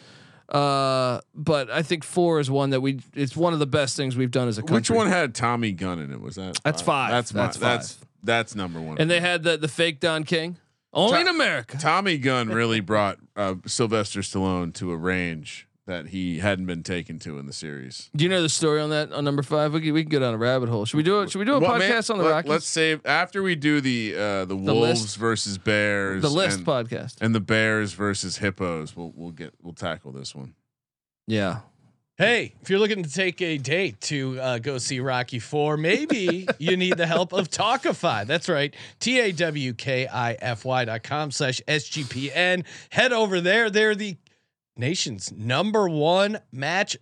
[SPEAKER 8] Uh, but I think four is one that we. It's one of the best things we've done as a country.
[SPEAKER 7] Which one had Tommy Gunn in it? Was that
[SPEAKER 8] That's
[SPEAKER 7] five?
[SPEAKER 8] five.
[SPEAKER 7] That's my,
[SPEAKER 8] That's
[SPEAKER 7] that's
[SPEAKER 8] five.
[SPEAKER 7] that's number one.
[SPEAKER 8] And they had the the fake Don King. Only in
[SPEAKER 7] Ta-
[SPEAKER 8] America.
[SPEAKER 7] Tommy Gunn really brought uh, Sylvester Stallone to a range that he hadn't been taken to in the series.
[SPEAKER 8] Do you know the story on that on number five? We can, we can go down a rabbit hole. Should we do it? Should we do a
[SPEAKER 7] Well, man,
[SPEAKER 8] podcast on the
[SPEAKER 7] let-
[SPEAKER 8] Rockies?
[SPEAKER 7] Let's save after we do the uh, the Wolves
[SPEAKER 8] list.
[SPEAKER 7] versus Bears.
[SPEAKER 8] the list
[SPEAKER 7] and,
[SPEAKER 8] podcast.
[SPEAKER 7] and the Bears versus Hippos. We'll we'll get we'll tackle this one.
[SPEAKER 8] Yeah.
[SPEAKER 1] Hey, if you're looking to take a date to uh, go see Rocky Four, maybe you need the help of Talkify. That's right, T A W K I F Y dot com slash SGPN. Head over there. They're the nation's number one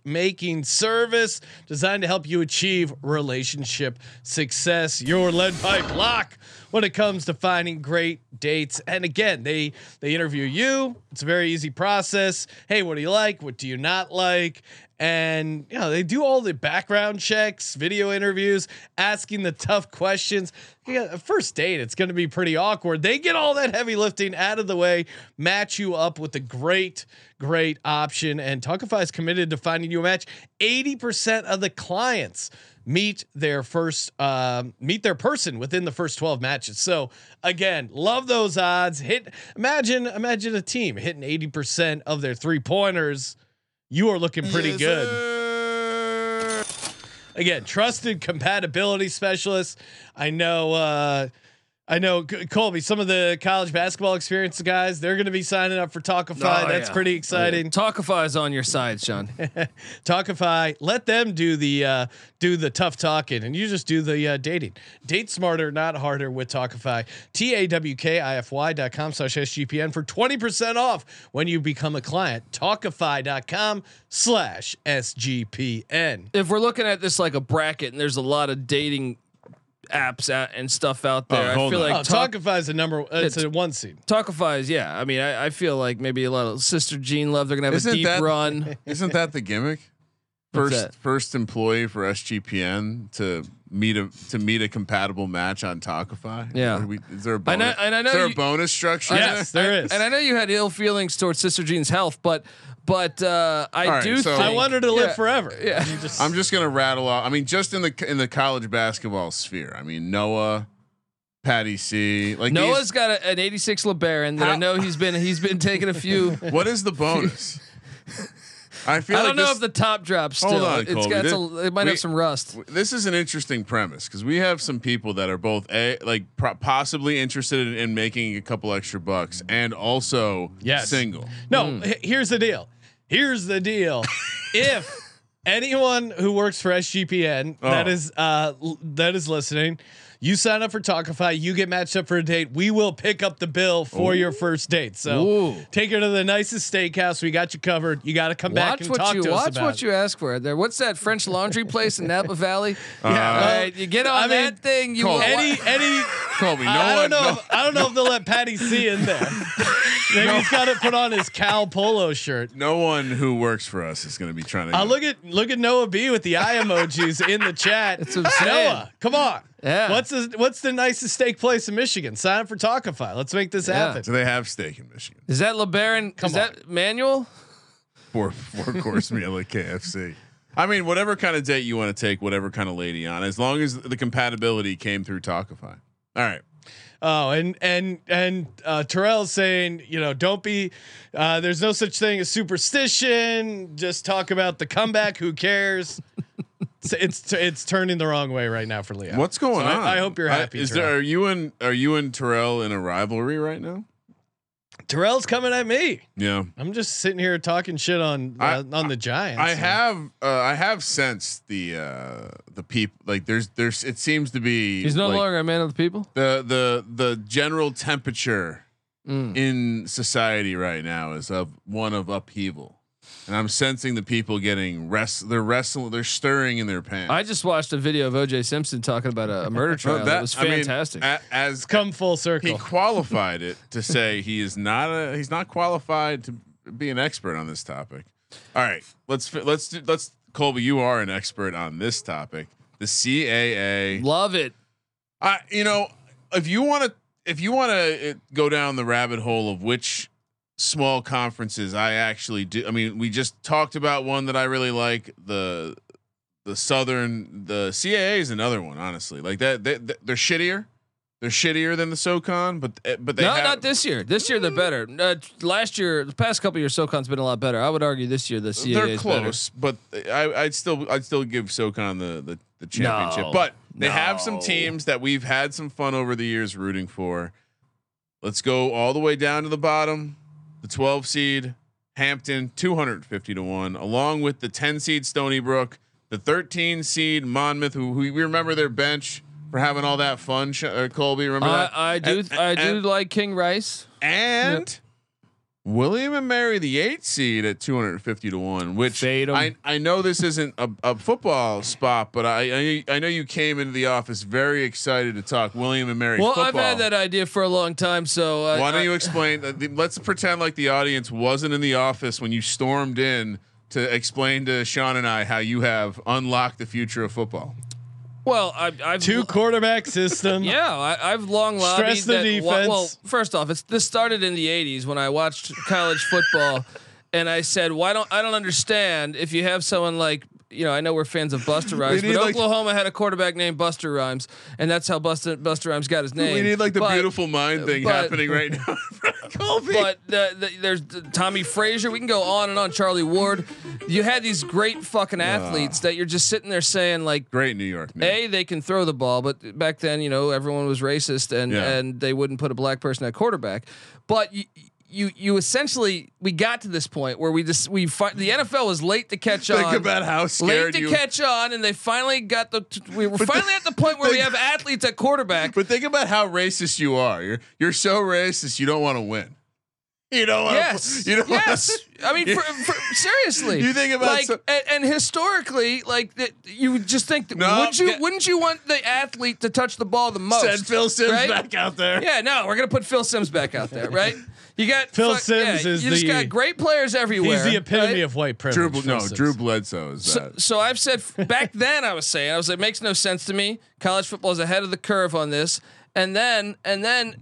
[SPEAKER 1] matchmaking service designed to help you achieve relationship success. Your lead pipe lock when it comes to finding great dates. And again, they they interview you. It's a very easy process. Hey, what do you like? What do you not like? And you know, they do all the background checks, video interviews, asking the tough questions. Yeah, a first date, it's gonna be pretty awkward. They get all that heavy lifting out of the way, match you up with a great, great option. And Talkify is committed to finding you a match. 80% of the clients meet their first um, meet their person within the first 12 matches so again love those odds hit imagine imagine a team hitting 80% of their three pointers you are looking pretty good again trusted compatibility specialist i know uh I know C- Colby. Some of the college basketball experience guys, they're going to be signing up for Talkify.
[SPEAKER 8] Oh,
[SPEAKER 1] That's
[SPEAKER 8] yeah.
[SPEAKER 1] pretty exciting.
[SPEAKER 8] Talkify is on your side, Sean.
[SPEAKER 1] Talkify, let them do the uh, do the tough talking, and you just do the uh, dating. Date smarter, not harder with Talkify. T a w k i f y dot com slash sgpn for twenty percent off when you become a client. Talkify dot com slash sgpn.
[SPEAKER 8] if we're looking at this like a bracket, and there's a lot of dating apps out and stuff out there,
[SPEAKER 7] Oh,
[SPEAKER 8] I
[SPEAKER 7] hold
[SPEAKER 8] feel
[SPEAKER 7] on.
[SPEAKER 8] like
[SPEAKER 1] Oh,
[SPEAKER 8] Talk-
[SPEAKER 1] Talkify is a number. Uh, it's a one seed.
[SPEAKER 8] Talkify is yeah. I mean, I, I feel like maybe a lot of Sister Jean Love. They're gonna have
[SPEAKER 7] Isn't
[SPEAKER 8] a deep
[SPEAKER 7] that-
[SPEAKER 8] run.
[SPEAKER 7] Isn't that the gimmick?
[SPEAKER 8] What's
[SPEAKER 7] First
[SPEAKER 8] that?
[SPEAKER 7] first employee for SGPN to meet a to meet a compatible match on Talkify.
[SPEAKER 8] Yeah.
[SPEAKER 7] Are we- is there a
[SPEAKER 8] I know-
[SPEAKER 7] bonus?
[SPEAKER 8] and I know
[SPEAKER 7] is there a
[SPEAKER 8] you-
[SPEAKER 7] bonus structure?
[SPEAKER 8] I know-
[SPEAKER 1] Yes, there is.
[SPEAKER 8] And I know you had ill feelings towards Sister Jean's health, but but uh, I
[SPEAKER 7] All right,
[SPEAKER 8] do.
[SPEAKER 7] so-
[SPEAKER 8] think,
[SPEAKER 1] I want her to live
[SPEAKER 8] Yeah.
[SPEAKER 1] forever. Yeah,
[SPEAKER 7] I'm just gonna rattle off. I mean, just in the in the college basketball sphere. I mean, Noah, Patty C. Like these-
[SPEAKER 8] Noah's got a, an 86 LeBaron that I
[SPEAKER 7] How-
[SPEAKER 8] know he's been he's been taking a few.
[SPEAKER 7] What is the bonus? I feel
[SPEAKER 8] I
[SPEAKER 7] like
[SPEAKER 8] don't know
[SPEAKER 7] this,
[SPEAKER 8] if the top drops still.
[SPEAKER 7] Hold on,
[SPEAKER 8] It's
[SPEAKER 7] Colby.
[SPEAKER 8] got
[SPEAKER 7] This-
[SPEAKER 8] some, it might
[SPEAKER 7] we-
[SPEAKER 8] have some rust.
[SPEAKER 7] this is an interesting premise because we have some people that are both a like pro- possibly interested in, in making a couple extra bucks and also
[SPEAKER 1] Yes.
[SPEAKER 7] single.
[SPEAKER 1] No,
[SPEAKER 8] Hmm.
[SPEAKER 1] he- here's the deal. Here's the deal. if anyone who works for SGPN that
[SPEAKER 7] Oh.
[SPEAKER 1] is uh, l- that is listening, you sign up for Talkify, you get matched up for a date. We will pick up the bill for your first date. So
[SPEAKER 8] Ooh.
[SPEAKER 1] take her to the nicest steakhouse. We got you covered. You got to come back
[SPEAKER 8] Watch
[SPEAKER 1] and
[SPEAKER 8] what
[SPEAKER 1] talk
[SPEAKER 8] you
[SPEAKER 1] to us
[SPEAKER 8] watch
[SPEAKER 1] about.
[SPEAKER 8] what
[SPEAKER 1] it.
[SPEAKER 8] you ask for. There, what's that French laundry place in Napa Valley?
[SPEAKER 7] Yeah,
[SPEAKER 8] All right, you get on
[SPEAKER 1] I mean,
[SPEAKER 8] that thing. You
[SPEAKER 7] Cole,
[SPEAKER 8] will wa-
[SPEAKER 1] Eddie, Eddie,
[SPEAKER 7] Colby, Oh, no
[SPEAKER 1] I
[SPEAKER 7] one.
[SPEAKER 1] don't know.
[SPEAKER 7] no-
[SPEAKER 1] If, I don't know if they'll let Patty C in there. Maybe he's got to put on his Cal Polo shirt.
[SPEAKER 7] No one who works for us is going to be trying to.
[SPEAKER 1] I Uh, look at look at Noah B with the eye emojis in the chat.
[SPEAKER 8] That's what I'm saying.
[SPEAKER 1] Noah, come on.
[SPEAKER 8] Yeah.
[SPEAKER 1] What's the, what's the nicest steak place in Michigan? Sign up for Talkify. Let's make this
[SPEAKER 8] Yeah.
[SPEAKER 1] happen.
[SPEAKER 7] Do they have steak in Michigan?
[SPEAKER 8] Is that LeBaron? is that manual?
[SPEAKER 7] Four four course meal at KFC. I mean, whatever kind of date you want to take, whatever kind of lady on, as long as the compatibility came through Talkify. All right.
[SPEAKER 1] Oh, and and and uh, Terrell's saying, you know, don't be. Uh, there's no such thing as superstition. Just talk about the comeback. Who cares? it's, it's it's turning the wrong way right now for Leo.
[SPEAKER 7] What's going
[SPEAKER 1] So I-
[SPEAKER 7] on? Uh,
[SPEAKER 1] I hope you're happy,
[SPEAKER 7] is there
[SPEAKER 1] Terrell.
[SPEAKER 7] are you and are you and Terrell in a rivalry right now?
[SPEAKER 1] Terrell's coming at me.
[SPEAKER 7] Yeah.
[SPEAKER 1] I'm just sitting here talking shit on
[SPEAKER 7] I-
[SPEAKER 1] uh, on the Giants.
[SPEAKER 7] I have uh, I have sensed the uh the people like there's there's it seems to be
[SPEAKER 8] He's no
[SPEAKER 7] like,
[SPEAKER 8] longer a man of the people.
[SPEAKER 7] the the the general temperature
[SPEAKER 8] Mm.
[SPEAKER 7] in society right now is of one of upheaval. And I'm sensing the people getting rest they're wrestling they're stirring in their pants.
[SPEAKER 8] I just watched a video of O.J. Simpson talking about a, a murder trial.
[SPEAKER 7] No,
[SPEAKER 8] that, was
[SPEAKER 7] I mean, uh,
[SPEAKER 8] fantastic.
[SPEAKER 7] a- as
[SPEAKER 1] come full circle.
[SPEAKER 7] he qualified it to say he is not a he's not qualified to be an expert on this topic. All right, let's fi- let's do, let's Colby, you are an expert on this topic. The CAA.
[SPEAKER 8] Love it.
[SPEAKER 7] I you know, if you want to if you want to go down the rabbit hole of which small conferences I actually do I mean, we just talked about one that I really like, the the Southern the CAA is another one, honestly. Like that they, they're shittier. They're shittier than the SoCon, but eh, but they
[SPEAKER 8] no,
[SPEAKER 7] have,
[SPEAKER 8] not this year. This year they're better. Uh, last year, the past couple years, SoCon's been a lot better. I would argue this year the CAA
[SPEAKER 7] They're
[SPEAKER 8] is better.
[SPEAKER 7] close, but I, I'd still I'd still give SoCon the the, the championship.
[SPEAKER 8] No.
[SPEAKER 7] but they have some
[SPEAKER 8] No.
[SPEAKER 7] teams that we've had some fun over the years rooting for. Let's go all the way down to the bottom. The 12 seed Hampton 250 to 1 along with the 10 seed Stony Brook, the 13 seed Monmouth who, who we remember their bench for having all that fun Sh- uh, Colby remember that?
[SPEAKER 8] I, I do.
[SPEAKER 7] And-
[SPEAKER 8] I do
[SPEAKER 7] and-
[SPEAKER 8] like King Rice.
[SPEAKER 7] and William and Mary, the eight seed at 250 to one, which
[SPEAKER 8] Fade 'em.
[SPEAKER 7] I, I know this isn't a, a football spot, but I, I I know you came into the office very excited to talk William and Mary
[SPEAKER 8] Well,
[SPEAKER 7] football.
[SPEAKER 8] I've had that idea for a long time, so uh,
[SPEAKER 7] Why don't
[SPEAKER 8] I-
[SPEAKER 7] you explain? uh, the- Let's pretend like the audience wasn't in the office when you stormed in to explain to Sean and I how you have unlocked the future of football.
[SPEAKER 8] Well, I, I've
[SPEAKER 1] Two quarterback system.
[SPEAKER 8] Yeah, I, I've long lobbied
[SPEAKER 1] Stress the
[SPEAKER 8] that. wa-
[SPEAKER 1] defense.
[SPEAKER 8] well, first off, it's this started in the '80s when I watched college football, and I said, "Why don't I don't understand if you have someone like." You know, I know we're fans of Buster Rhymes,
[SPEAKER 7] need,
[SPEAKER 8] but
[SPEAKER 7] like-
[SPEAKER 8] Oklahoma had a quarterback named Buster Rhymes, and that's how Buster Buster Rhymes got his name.
[SPEAKER 7] We need like the
[SPEAKER 8] But-
[SPEAKER 7] beautiful mind thing
[SPEAKER 8] but-
[SPEAKER 7] happening right now. Colby.
[SPEAKER 8] but the, the, there's the Tommy Frazier. We can go on and on. Charlie Ward. You had these great fucking athletes that you're just sitting there saying like,
[SPEAKER 7] Great New York. Man.
[SPEAKER 8] a they can throw the ball, but back then you know everyone was racist and
[SPEAKER 7] Yeah.
[SPEAKER 8] and they wouldn't put a black person at quarterback. But you you you essentially we got to this point where we just we fi- the NFL was late to catch
[SPEAKER 7] Think
[SPEAKER 8] on.
[SPEAKER 7] about how
[SPEAKER 8] Late
[SPEAKER 7] scared
[SPEAKER 8] to
[SPEAKER 7] you
[SPEAKER 8] catch on, and they finally got the. T- we were finally at the point where we
[SPEAKER 7] think-
[SPEAKER 8] have athletes at quarterback.
[SPEAKER 7] But think about how racist you are. You're you're so racist. You don't want to win. You don't want.
[SPEAKER 8] Yes.
[SPEAKER 7] You don't.
[SPEAKER 8] yes. I mean, for,
[SPEAKER 7] You-
[SPEAKER 8] for, seriously.
[SPEAKER 7] You think about
[SPEAKER 8] like,
[SPEAKER 7] so-
[SPEAKER 8] and, and historically, like that, you would just think that
[SPEAKER 7] No,
[SPEAKER 8] would you
[SPEAKER 7] get-
[SPEAKER 8] wouldn't you want the athlete to touch the ball the most?
[SPEAKER 7] Send Phil Sims
[SPEAKER 8] right?
[SPEAKER 7] back out there.
[SPEAKER 8] Yeah, no, we're gonna put Phil Sims back out there, right? You got
[SPEAKER 1] Phil
[SPEAKER 8] fuck-
[SPEAKER 1] Sims
[SPEAKER 8] yeah,
[SPEAKER 1] is
[SPEAKER 8] you just
[SPEAKER 1] the-
[SPEAKER 8] got great players everywhere.
[SPEAKER 1] He's the epitome
[SPEAKER 8] right?
[SPEAKER 1] of white
[SPEAKER 7] Drew,
[SPEAKER 1] privilege.
[SPEAKER 7] Bl-
[SPEAKER 1] for
[SPEAKER 7] no,
[SPEAKER 1] instance.
[SPEAKER 7] Drew Bledsoe is
[SPEAKER 8] So,
[SPEAKER 7] that.
[SPEAKER 8] so I've said back then I was saying I was like makes no sense to me. College football is ahead of the curve on this, and then and then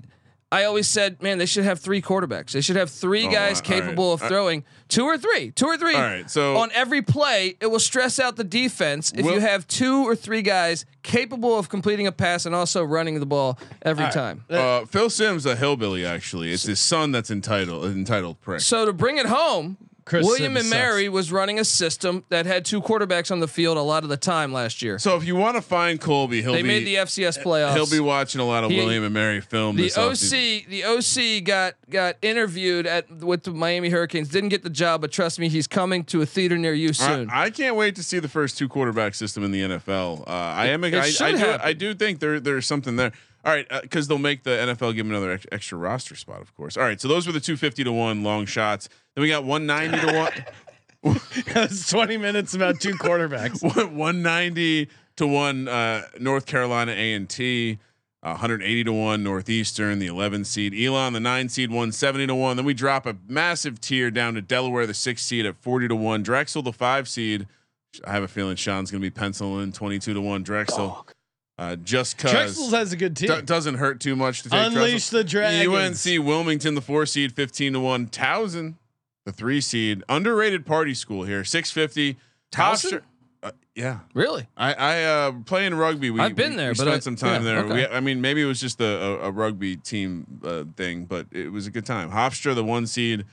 [SPEAKER 8] I always said, man, they should have three quarterbacks. They should have three
[SPEAKER 7] Oh,
[SPEAKER 8] guys
[SPEAKER 7] all right.
[SPEAKER 8] capable of
[SPEAKER 7] All right.
[SPEAKER 8] throwing two or three, two or three.
[SPEAKER 7] All right, so-
[SPEAKER 8] on every play, it will stress out the defense if you
[SPEAKER 7] Will-
[SPEAKER 8] have two or three guys capable of completing a pass and also running the ball every time.
[SPEAKER 7] Uh, Phil Sims, a hillbilly. Actually, it's his son that's entitled an entitled prick.
[SPEAKER 8] So to bring it home,
[SPEAKER 1] Chris
[SPEAKER 8] William
[SPEAKER 1] Sims
[SPEAKER 8] and
[SPEAKER 1] sucks.
[SPEAKER 8] Mary was running a system that had two quarterbacks on the field a lot of the time last year.
[SPEAKER 7] So if you want to find Colby, he'll
[SPEAKER 8] they
[SPEAKER 7] be
[SPEAKER 8] made the FCS playoffs.
[SPEAKER 7] he'll be watching a lot of
[SPEAKER 8] He-
[SPEAKER 7] William and Mary film.
[SPEAKER 8] the
[SPEAKER 7] this offseason.
[SPEAKER 8] OC, the OC got got interviewed at with the Miami Hurricanes. Didn't get the job, but trust me, he's coming to a theater near you soon.
[SPEAKER 7] I, I can't wait to see the first two quarterback system in the NFL. Uh, I am. I,
[SPEAKER 8] it
[SPEAKER 7] I,
[SPEAKER 8] should
[SPEAKER 7] do,
[SPEAKER 8] happen.
[SPEAKER 7] I do think there there's something there. All right, because they'll make the NFL give them another ex- extra roster spot, of course. All right, so those were the two fifty to one long shots. Then we got one ninety to one.
[SPEAKER 1] That's 20 minutes about two quarterbacks.
[SPEAKER 7] 190 to 1 uh, North Carolina A&T, uh, 180 to 1 Northeastern, the 11 seed Elon, the 9 seed 170 to 1. Then we drop a massive tier down to Delaware, the 6 seed at 40 to 1, Drexel the 5 seed. I have a feeling Sean's going to be penciling in 22 to 1 Drexel. Uh, just
[SPEAKER 1] Drexel's
[SPEAKER 7] cuz
[SPEAKER 1] has a good team.
[SPEAKER 7] do- doesn't hurt too much to take
[SPEAKER 1] Unleash
[SPEAKER 7] Drexel.
[SPEAKER 1] the dragons.
[SPEAKER 7] UNC Wilmington, the four seed, fifteen to one. Towson, the three seed, underrated party school here, six fifty.
[SPEAKER 8] Towson?
[SPEAKER 7] uh, yeah.
[SPEAKER 8] really?
[SPEAKER 7] I, I uh, playing rugby. We,
[SPEAKER 8] I've been
[SPEAKER 7] we-
[SPEAKER 8] there,
[SPEAKER 7] we
[SPEAKER 8] but
[SPEAKER 7] spent
[SPEAKER 8] I-
[SPEAKER 7] some time
[SPEAKER 8] yeah,
[SPEAKER 7] there. We,
[SPEAKER 8] okay.
[SPEAKER 7] I mean, maybe it was just a, a, a rugby team uh, thing, but it was a good time. Hofstra, the one seed,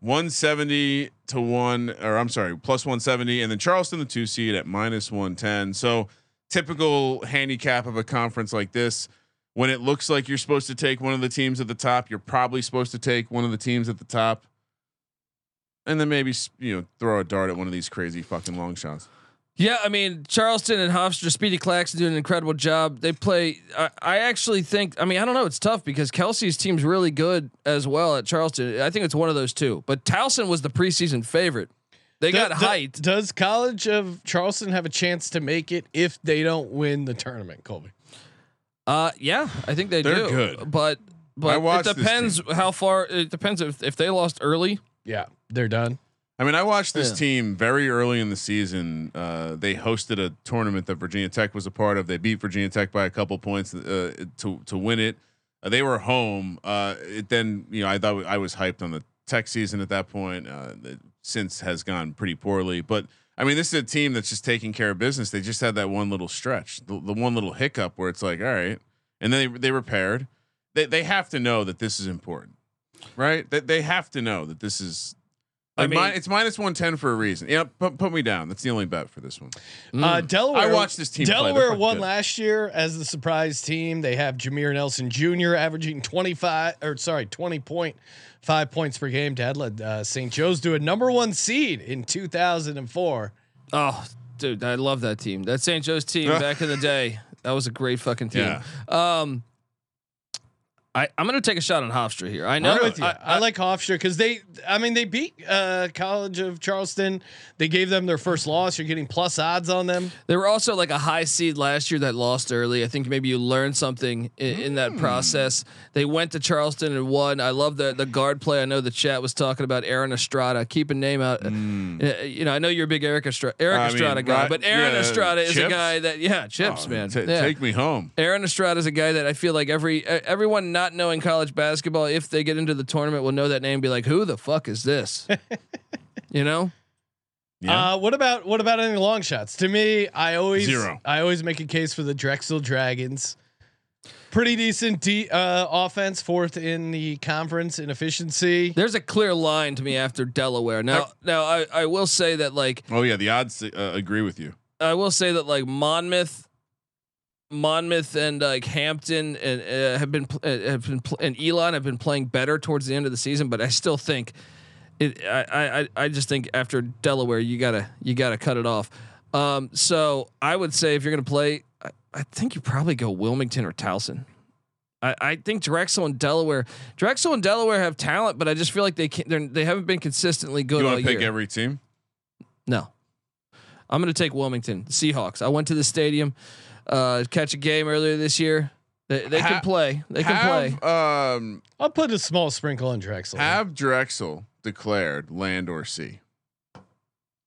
[SPEAKER 7] one seventy to one, or I'm sorry, plus one seventy, and then Charleston, the two seed, at minus one ten. So typical handicap of a conference like this. When it looks like you're supposed to take one of the teams at the top, you're probably supposed to take one of the teams at the top, and then maybe s- you know throw a dart at one of these crazy fucking long shots.
[SPEAKER 8] Yeah, I mean Charleston and Hofstra, Speedy Clax doing an incredible job. They play. I, I actually think. I mean, I don't know. It's tough because Kelsey's team's really good as well at Charleston. I think it's one of those two. But Towson was the preseason favorite. They got
[SPEAKER 1] Do- do-
[SPEAKER 8] height.
[SPEAKER 1] Does College of Charleston have a chance to make it if they don't win the tournament, Colby?
[SPEAKER 8] Uh, yeah, I think they
[SPEAKER 7] They're
[SPEAKER 8] do.
[SPEAKER 7] good.
[SPEAKER 8] but
[SPEAKER 7] I
[SPEAKER 8] but
[SPEAKER 7] watched
[SPEAKER 8] it
[SPEAKER 7] this
[SPEAKER 8] depends how far. It depends if if they lost early.
[SPEAKER 1] Yeah, they're done.
[SPEAKER 7] I mean, I watched this
[SPEAKER 8] Yeah.
[SPEAKER 7] team very early in the season. Uh, they hosted a tournament that Virginia Tech was a part of. They beat Virginia Tech by a couple points uh, to to win it. Uh, they were home. Uh, it then you know I thought I was hyped on the Tech season at that point. Uh, it since has gone pretty poorly, but I mean, this is a team that's just taking care of business. They just had that one little stretch, the, the one little hiccup where it's like, all right, and then they they repaired. They they have to know that this is important, right? That they have to know that this is.
[SPEAKER 1] I
[SPEAKER 7] Like
[SPEAKER 1] mean-
[SPEAKER 7] mi- it's minus one ten for a reason. Yeah, put, put me down. That's the only bet for this one.
[SPEAKER 1] Uh, Delaware.
[SPEAKER 7] Mm. I watched this team play. They're
[SPEAKER 1] Delaware
[SPEAKER 7] fucking
[SPEAKER 1] won
[SPEAKER 7] good.
[SPEAKER 1] last year as the surprise team. They have Jameer Nelson Jr. averaging twenty five or sorry twenty point five points per game. Dad led uh, St. Joe's to a number one seed in two thousand and four.
[SPEAKER 8] Oh, dude, I love that team. That St. Joe's team back in the day. That was a great fucking team.
[SPEAKER 7] Yeah.
[SPEAKER 8] Um, I I'm gonna take a shot on Hofstra here. I know.
[SPEAKER 1] I'm with you. I,
[SPEAKER 8] I- I-
[SPEAKER 1] like Hofstra because they, I mean, they beat uh, College of Charleston. They gave them their first loss. You're getting plus odds on them.
[SPEAKER 8] They were also like a high seed last year that lost early. I think maybe you learned something in, in
[SPEAKER 7] Hmm.
[SPEAKER 8] that process. They went to Charleston and won. I love the the guard play. I know the chat was talking about Aaron Estrada. Keep a name out. Uh, you know, I know you're a big Eric Estrada, Eric
[SPEAKER 7] Hmm. I mean,
[SPEAKER 8] Estrada guy,
[SPEAKER 7] right,
[SPEAKER 8] but Aaron
[SPEAKER 7] yeah,
[SPEAKER 8] Estrada is a
[SPEAKER 7] Chips?
[SPEAKER 8] guy that yeah, chips
[SPEAKER 7] Oh,
[SPEAKER 8] man.
[SPEAKER 7] ta-
[SPEAKER 8] Yeah.
[SPEAKER 7] Take me home.
[SPEAKER 8] Aaron Estrada is a guy that I feel like every e- everyone not knowing college basketball, if they get into the tournament, will know that name and be like, "Who the fuck is this?" you know,
[SPEAKER 7] Yeah.
[SPEAKER 1] Uh, what about what about any long shots? To me, I always
[SPEAKER 7] Zero.
[SPEAKER 1] I always make a case for the Drexel Dragons. Pretty decent de- uh, offense, fourth in the conference in efficiency.
[SPEAKER 8] there's a clear line to me after Delaware. Now, now I, I will say that like
[SPEAKER 7] oh yeah, the odds uh, agree with you.
[SPEAKER 8] I will say that like Monmouth, Monmouth and like Hampton and uh, have been pl- uh, have been pl- and Elon have been playing better towards the end of the season, but I still think it. I- I I, I just think after Delaware, you gotta you gotta cut it off. Um, so I would say if you're gonna play, I, I think you probably go Wilmington or Towson. I, I think Drexel and Delaware, Drexel and Delaware have talent, but I just feel like they can't. they're- They haven't been consistently good
[SPEAKER 7] You
[SPEAKER 8] all
[SPEAKER 7] want to pick
[SPEAKER 8] year.
[SPEAKER 7] every team?
[SPEAKER 8] No. I'm going to take Wilmington Seahawks. I went to the stadium, uh, catch a game earlier this year. They, they can
[SPEAKER 7] Ha-
[SPEAKER 8] play. They can play.
[SPEAKER 7] have, Um,
[SPEAKER 1] I'll put a small sprinkle on Drexel.
[SPEAKER 7] have Drexel declared land or sea.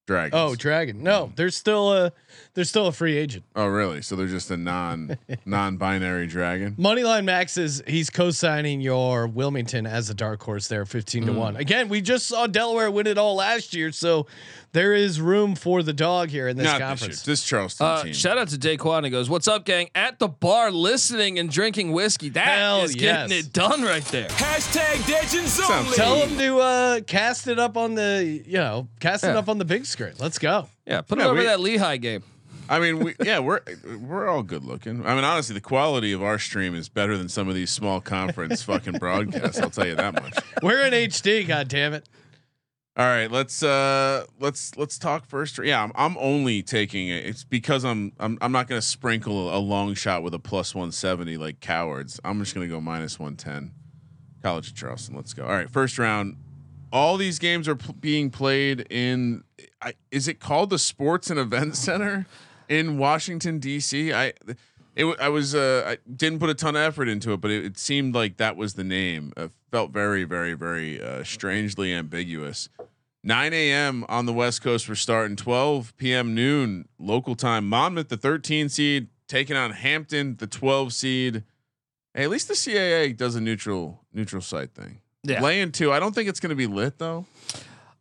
[SPEAKER 7] Dragons.
[SPEAKER 1] oh, Dragon. No, they're still a they're still a free agent.
[SPEAKER 7] oh, really? So they're just a non non-binary dragon.
[SPEAKER 1] Moneyline Max is he's co-signing your Wilmington as a dark horse there, fifteen to one. Again, we just saw Delaware win it all last year, so there is room for the dog here in this
[SPEAKER 7] Not this year.
[SPEAKER 1] conference.
[SPEAKER 7] This Charleston
[SPEAKER 8] Uh,
[SPEAKER 7] team.
[SPEAKER 8] shout out to Daquan. He goes, "What's up, gang? At the bar, listening and drinking whiskey. That is
[SPEAKER 1] Hell
[SPEAKER 8] getting
[SPEAKER 1] yes.
[SPEAKER 8] it done right there."
[SPEAKER 6] Hashtag Degens
[SPEAKER 7] Sounds
[SPEAKER 6] only.
[SPEAKER 1] Tell him to uh, cast it up on the you know cast it
[SPEAKER 8] Yeah.
[SPEAKER 1] up on the big screen. Let's go.
[SPEAKER 8] Yeah, put
[SPEAKER 7] Yeah,
[SPEAKER 8] it over
[SPEAKER 7] we-
[SPEAKER 8] that Lehigh game.
[SPEAKER 7] I mean, we, yeah, we're we're all good looking. I mean, honestly, the quality of our stream is better than some of these small conference fucking broadcasts. I'll tell you that much.
[SPEAKER 1] We're in HD. God damn it.
[SPEAKER 7] All right, let's uh let's let's talk first. Yeah, I'm, I'm only taking it. It's because I'm I'm I'm not gonna sprinkle a long shot with a plus 170 like cowards. I'm just gonna go minus 110. College of Charleston. Let's go. All right, first round. All these games are pl- being played in. I, is it called the Sports and Events Center in Washington D.C.? I. It, wa- I was uh, I didn't put a ton of effort into it, but it, it seemed like that was the name. It felt very, very, very uh, strangely ambiguous. 9 a.m. on the West Coast for starting 12 p.m. noon local time. Monmouth, the 13 seed, taking on Hampton, the 12 seed. Hey, at least the CAA does a neutral neutral site thing.
[SPEAKER 8] Yeah.
[SPEAKER 7] Laying two. I don't think it's going to be lit though.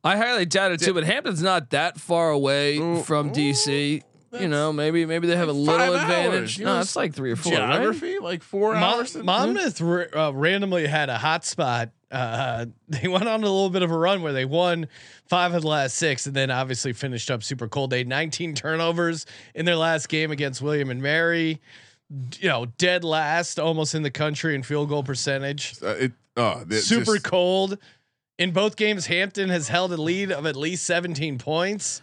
[SPEAKER 8] I highly doubt it too. But Hampton's not that far away
[SPEAKER 7] Ooh,
[SPEAKER 8] from
[SPEAKER 7] ooh,
[SPEAKER 8] DC. You know, maybe maybe they have a
[SPEAKER 7] like
[SPEAKER 8] little
[SPEAKER 7] five
[SPEAKER 8] advantage.
[SPEAKER 7] hours, you
[SPEAKER 8] no,
[SPEAKER 7] know,
[SPEAKER 8] it's like three or four. right?
[SPEAKER 7] Geography, like four
[SPEAKER 1] Mon-
[SPEAKER 7] hours. to-
[SPEAKER 1] Monmouth ra- uh, randomly had a hot spot. Uh, they went on a little bit of a run where they won five of the last six, and then obviously finished up super cold. They had 19 turnovers in their last game against William and Mary. D- You know, dead last, almost in the country in field goal percentage.
[SPEAKER 7] Uh, it, oh, th-
[SPEAKER 1] super
[SPEAKER 7] just-
[SPEAKER 1] cold. In both games, Hampton has held a lead of at least 17 points.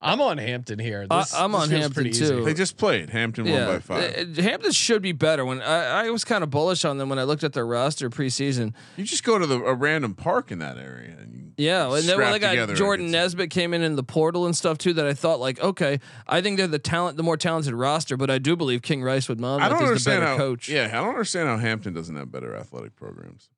[SPEAKER 1] I'm on Hampton here.
[SPEAKER 8] I-
[SPEAKER 1] This,
[SPEAKER 8] I'm
[SPEAKER 1] this
[SPEAKER 8] on
[SPEAKER 1] feels
[SPEAKER 8] Hampton
[SPEAKER 1] pretty easy.
[SPEAKER 8] too.
[SPEAKER 7] They just played. Hampton won by five.
[SPEAKER 8] Uh, Hampton should be better. When I, I was kind of bullish on them when I looked at their roster preseason.
[SPEAKER 7] you just go to the, a random park in that area. And you
[SPEAKER 8] Yeah, and then when
[SPEAKER 7] Scrap
[SPEAKER 8] they got
[SPEAKER 7] together
[SPEAKER 8] Jordan
[SPEAKER 7] against-
[SPEAKER 8] Nesbitt came in in the portal and stuff too. That I thought like, okay, I think they're the talent, the more talented roster. But I do believe King Rice would mom.
[SPEAKER 7] I don't
[SPEAKER 8] is the
[SPEAKER 7] understand
[SPEAKER 8] better
[SPEAKER 7] how.
[SPEAKER 8] coach.
[SPEAKER 7] Yeah, I don't understand how Hampton doesn't have better athletic programs.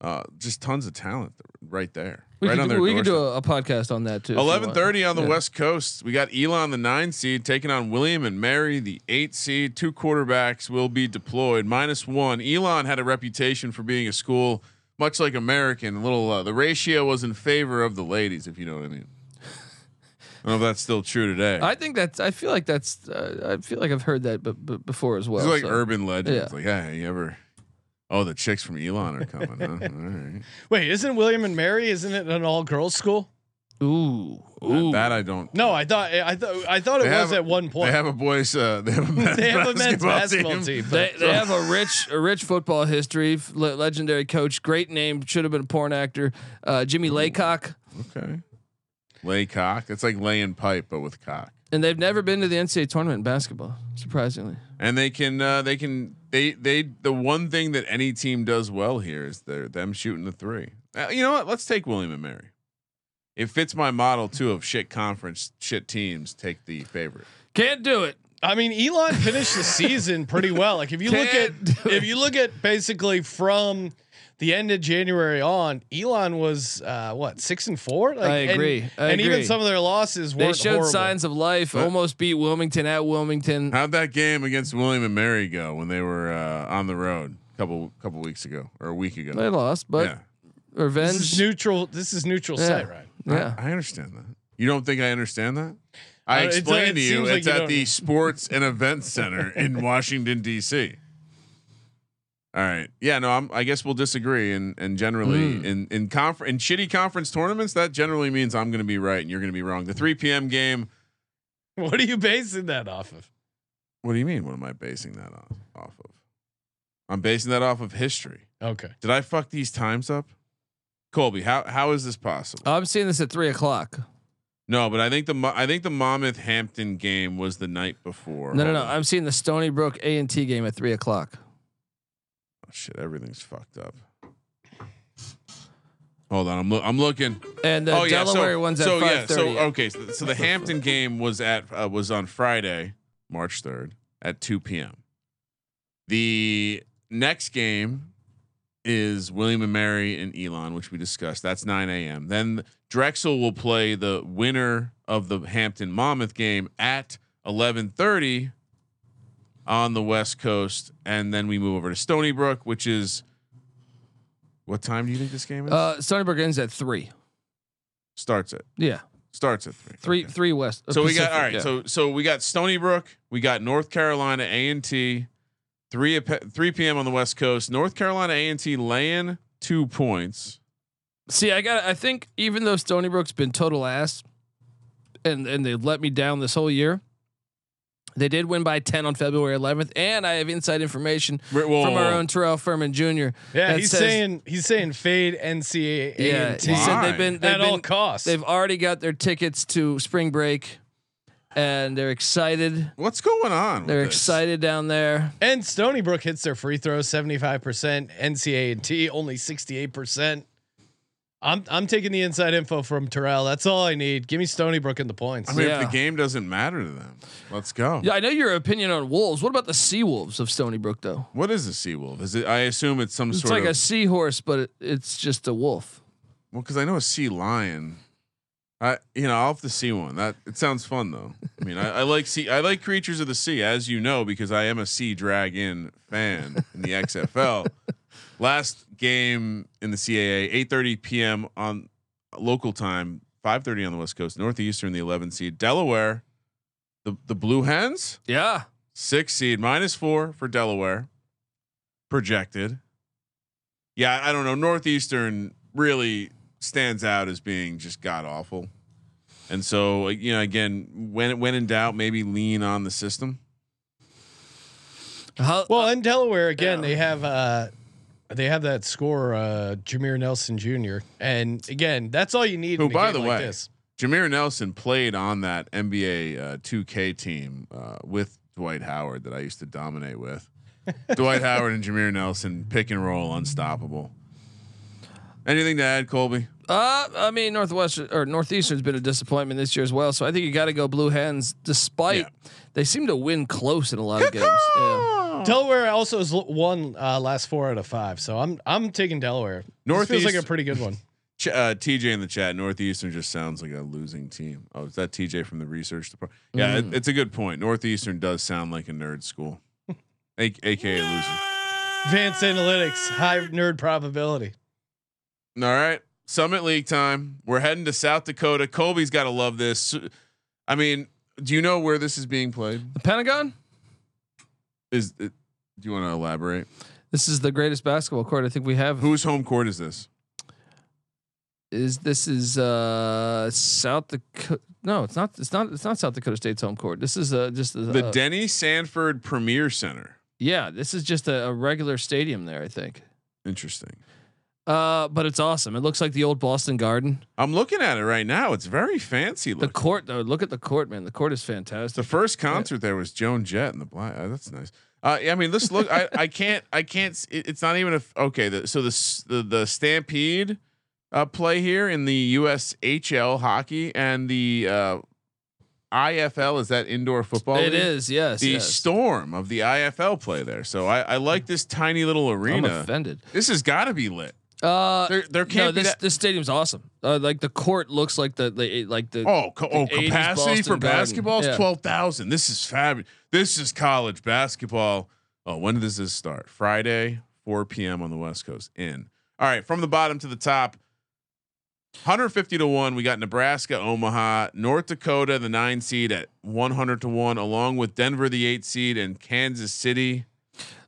[SPEAKER 7] Uh, just tons of talent th- right there.
[SPEAKER 8] we
[SPEAKER 7] right
[SPEAKER 8] could
[SPEAKER 7] on
[SPEAKER 8] do,
[SPEAKER 7] their
[SPEAKER 8] we could do
[SPEAKER 7] doorstep.
[SPEAKER 8] a, a podcast on that too. if you want.
[SPEAKER 7] Eleven thirty on the
[SPEAKER 8] Yeah.
[SPEAKER 7] West Coast. We got Elon, the nine seed, taking on William and Mary, the eight seed. Two quarterbacks will be deployed. Minus one. Elon had a reputation for being a school much like American. A little. Uh, the ratio was in favor of the ladies, if you know what I mean. I don't know if that's still true today.
[SPEAKER 8] I think that's. I feel like that's. Uh, I feel like I've heard that, but, but before as well.
[SPEAKER 7] it's like
[SPEAKER 8] so.
[SPEAKER 7] urban legend. It's
[SPEAKER 8] Yeah.
[SPEAKER 7] like, hey, you ever? Oh, the chicks from Elon are coming. huh? All right.
[SPEAKER 1] Wait, isn't William and Mary? Isn't it an all girls school?
[SPEAKER 8] Ooh, ooh.
[SPEAKER 7] That I don't.
[SPEAKER 1] No, I thought I thought I thought it
[SPEAKER 7] They
[SPEAKER 1] was
[SPEAKER 7] have-
[SPEAKER 1] at one point.
[SPEAKER 7] They have a boys. Uh, they have a men's,
[SPEAKER 1] They have a men's
[SPEAKER 7] basketball,
[SPEAKER 1] basketball
[SPEAKER 7] team.
[SPEAKER 1] team.
[SPEAKER 8] They, they have a rich a rich football history. f- le- legendary coach, great name. Should have been a porn actor. Uh, Jimmy Laycock,
[SPEAKER 7] Okay. Lay cock. It's like laying pipe, but with cock.
[SPEAKER 8] and they've never been to the NCAA tournament in basketball. Surprisingly,
[SPEAKER 7] And they can. Uh, they can. They. They. The one thing that any team does well here is they're them shooting the three. Uh, you know what? Let's take William and Mary. It fits my model too of shit conference, shit teams take the favorite.
[SPEAKER 8] can't do it.
[SPEAKER 1] I mean, Elon finished the season pretty well. Like if you look at
[SPEAKER 8] Can't do
[SPEAKER 1] if you look at basically from the end of January on, Elon was uh, what six and four. Like,
[SPEAKER 8] I
[SPEAKER 1] and-
[SPEAKER 8] agree. I
[SPEAKER 1] and even
[SPEAKER 8] agree.
[SPEAKER 1] some of their losses
[SPEAKER 8] They
[SPEAKER 1] weren't
[SPEAKER 8] showed
[SPEAKER 1] horrible.
[SPEAKER 8] signs of life.
[SPEAKER 7] But-
[SPEAKER 8] almost beat Wilmington at Wilmington.
[SPEAKER 7] How'd that game against William and Mary go when they were uh, on the road a couple couple weeks ago or a week ago?
[SPEAKER 8] They lost, but
[SPEAKER 7] yeah,
[SPEAKER 1] This
[SPEAKER 8] revenge.
[SPEAKER 1] is neutral. This is neutral
[SPEAKER 8] Yeah.
[SPEAKER 1] site, right?
[SPEAKER 8] yeah.
[SPEAKER 7] I understand that. You don't think I understand that? I
[SPEAKER 1] Uh, it's-
[SPEAKER 7] explained
[SPEAKER 1] it
[SPEAKER 7] to you
[SPEAKER 1] seems
[SPEAKER 7] it's
[SPEAKER 1] like you
[SPEAKER 7] at
[SPEAKER 1] don't.
[SPEAKER 7] the Sports and Events Center in Washington D.C. All right. Yeah. No. I'm, I guess we'll disagree. And and generally
[SPEAKER 1] Hmm.
[SPEAKER 7] in in conf- in shitty conference tournaments, that generally means I'm going to be right and you're going to be wrong. The 3 p.m. game.
[SPEAKER 1] What are you basing that off of?
[SPEAKER 7] What do you mean? What am I basing that off off of? I'm basing that off of history.
[SPEAKER 1] Okay.
[SPEAKER 7] Did I fuck these times up? Colby, how how is this possible?
[SPEAKER 8] I'm seeing this at three o'clock.
[SPEAKER 7] no, but I think the Mo- I think the Monmouth Hampton game was the night before.
[SPEAKER 8] No, no,
[SPEAKER 7] Hold
[SPEAKER 8] no.
[SPEAKER 7] on.
[SPEAKER 8] I'm seeing the Stony Brook A and T game at three o'clock.
[SPEAKER 7] Oh, shit, everything's fucked up. Hold on, I'm loo- I'm looking.
[SPEAKER 8] And the
[SPEAKER 7] oh yeah, so-
[SPEAKER 8] Delaware one's at
[SPEAKER 7] so yeah,
[SPEAKER 8] five
[SPEAKER 7] so
[SPEAKER 8] thirty.
[SPEAKER 7] okay, so, so the Hampton game was at uh, was on Friday, March third at two p.m. The next game is William and Mary and Elon, which we discussed. That's nine a.m. Then Drexel will play the winner of the Hampton Monmouth game at eleven thirty on the West Coast, and then we move over to Stony Brook, which is what time do you think this game is?
[SPEAKER 8] Uh, Stony Brook ends at three.
[SPEAKER 7] starts at
[SPEAKER 8] Yeah,
[SPEAKER 7] starts at three.
[SPEAKER 8] three,
[SPEAKER 7] Okay.
[SPEAKER 8] three West. uh,
[SPEAKER 7] So we got
[SPEAKER 8] Pacific,
[SPEAKER 7] all right.
[SPEAKER 8] yeah.
[SPEAKER 7] So so we got Stony Brook. We got North Carolina A and T. Three ap- three p.m. on the West Coast. North Carolina A and T laying two points.
[SPEAKER 8] see, I got. I think even though Stony Brook's been total ass, and and they've let me down this whole year. They did win by ten on February 11th, and I have inside information
[SPEAKER 7] Wait, whoa,
[SPEAKER 8] from
[SPEAKER 7] whoa,
[SPEAKER 8] our
[SPEAKER 7] whoa.
[SPEAKER 8] own Terrell Furman Jr.
[SPEAKER 1] Yeah,
[SPEAKER 8] that
[SPEAKER 1] he's
[SPEAKER 8] says-
[SPEAKER 1] saying he's saying fade NCAA
[SPEAKER 8] Yeah,
[SPEAKER 1] and T
[SPEAKER 8] he said
[SPEAKER 7] Why?
[SPEAKER 8] they've been they've
[SPEAKER 1] at all
[SPEAKER 8] been
[SPEAKER 1] costs.
[SPEAKER 8] They've already got their tickets to spring break, and they're excited.
[SPEAKER 7] What's going on? with
[SPEAKER 8] They're
[SPEAKER 7] this?
[SPEAKER 8] excited down there.
[SPEAKER 1] And Stony Brook hits their free throw 75%, NCAA and T only 68%. I'm I'm taking the inside info from Terrell. That's all I need. Give me Stony Brook and the points.
[SPEAKER 7] I mean,
[SPEAKER 8] Yeah.
[SPEAKER 7] if the game doesn't matter to them, let's go.
[SPEAKER 8] Yeah, I know your opinion on wolves. What about the sea wolves of Stony Brook, though?
[SPEAKER 7] What is a sea wolf? Is it? I assume it's some
[SPEAKER 8] It's
[SPEAKER 7] sort
[SPEAKER 8] like a
[SPEAKER 7] of.
[SPEAKER 8] seahorse, but it, it's just a wolf.
[SPEAKER 7] Well, because I know a sea lion. I you know I'll have to see one. That it sounds fun though. I mean I, I like sea I like creatures of the sea as you know because I am a sea dragon fan in the XFL. Last game in the CAA, 8:30 p.m. on local time, 5:30 on the West Coast, Northeastern, the 11 seed, Delaware, the the Blue Hens
[SPEAKER 8] Yeah.
[SPEAKER 7] six seed minus four for Delaware projected. Yeah, I don't know. Northeastern really stands out as being just god awful, and so like, you know, again, when when in doubt, maybe lean on the system.
[SPEAKER 8] How,
[SPEAKER 1] well, in Delaware again, they have uh they have that scorer uh Jameer Nelson Jr. And again, that's all you need
[SPEAKER 7] Who,
[SPEAKER 1] in a
[SPEAKER 7] by
[SPEAKER 1] game
[SPEAKER 7] the
[SPEAKER 1] like
[SPEAKER 7] way-
[SPEAKER 1] this.
[SPEAKER 7] Jameer Nelson played on that NBA uh, 2K team uh, with Dwight Howard that I used to dominate with. Dwight Howard and Jameer Nelson pick and roll, unstoppable. Anything to add, Colby?
[SPEAKER 8] uh, I mean, Northwestern or Northeastern's been a disappointment this year as well. So I think you got to go Blue Hens, despite they seem to win close in a lot of games. Yeah.
[SPEAKER 1] Delaware also has l- won uh, last four out of five, so I'm I'm taking Delaware. North feels like a
[SPEAKER 7] Northeast-
[SPEAKER 1] pretty good one.
[SPEAKER 7] Ch- uh, TJ in the chat, Northeastern just sounds like a losing team. Oh, is that TJ from the research department? Yeah,
[SPEAKER 8] Mm.
[SPEAKER 7] it, it's a good point. Northeastern does sound like a nerd school, a- aka losing.
[SPEAKER 1] Advanced analytics, high nerd probability.
[SPEAKER 7] All right, Summit League time. We're heading to South Dakota. Colby's got to love this. Su- I mean, do you know where this is being played?
[SPEAKER 8] The Pentagon.
[SPEAKER 7] Is it, do you want to elaborate?
[SPEAKER 8] This is the greatest basketball court I think we have.
[SPEAKER 7] Whose home court is this?
[SPEAKER 8] Is this is uh South Dakota? No, it's not. It's not. It's not South Dakota State's home court. This is uh just the,
[SPEAKER 7] The
[SPEAKER 8] uh,
[SPEAKER 7] Denny Sanford Premier Center.
[SPEAKER 8] yeah. This is just a, a regular stadium there. I think.
[SPEAKER 7] Interesting.
[SPEAKER 8] Uh, but it's awesome. It looks like the old Boston Garden.
[SPEAKER 7] I'm looking at it right now. It's very fancy
[SPEAKER 8] The
[SPEAKER 7] looking.
[SPEAKER 8] court though, look at the court, man. The court is
[SPEAKER 7] The
[SPEAKER 8] fantastic.
[SPEAKER 7] first concert there was Joan Jett and the Blind. oh, that's nice. Uh, I mean, this look. I, I can't. I can't. s- It, it's not even a. f- Okay. The, so the, s- the the Stampede uh, play here in the USHL hockey and the uh, IFL is that indoor football.
[SPEAKER 8] It
[SPEAKER 7] league?
[SPEAKER 8] is, yes.
[SPEAKER 7] The
[SPEAKER 8] yes.
[SPEAKER 7] storm of the IFL play there. So I, I like this tiny little
[SPEAKER 8] I'm
[SPEAKER 7] arena.
[SPEAKER 8] offended.
[SPEAKER 7] This has got to be lit.
[SPEAKER 8] Uh,
[SPEAKER 7] There- there can't be
[SPEAKER 8] this
[SPEAKER 7] that-
[SPEAKER 8] this stadium's awesome. Uh, like the court looks like the, the like the
[SPEAKER 7] Oh, co- oh
[SPEAKER 8] 80s
[SPEAKER 7] capacity for
[SPEAKER 8] Boston Garden.
[SPEAKER 7] basketball is
[SPEAKER 8] Yeah.
[SPEAKER 7] 12,000. This is fabulous. This is college basketball. Oh, when does this start? Friday, 4 p.m. on the West Coast. In. All right, from the bottom to the top. 150 to 1. We got Nebraska, Omaha, North Dakota, the 9 seed at 100 to 1 along with Denver the 8 seed and Kansas City.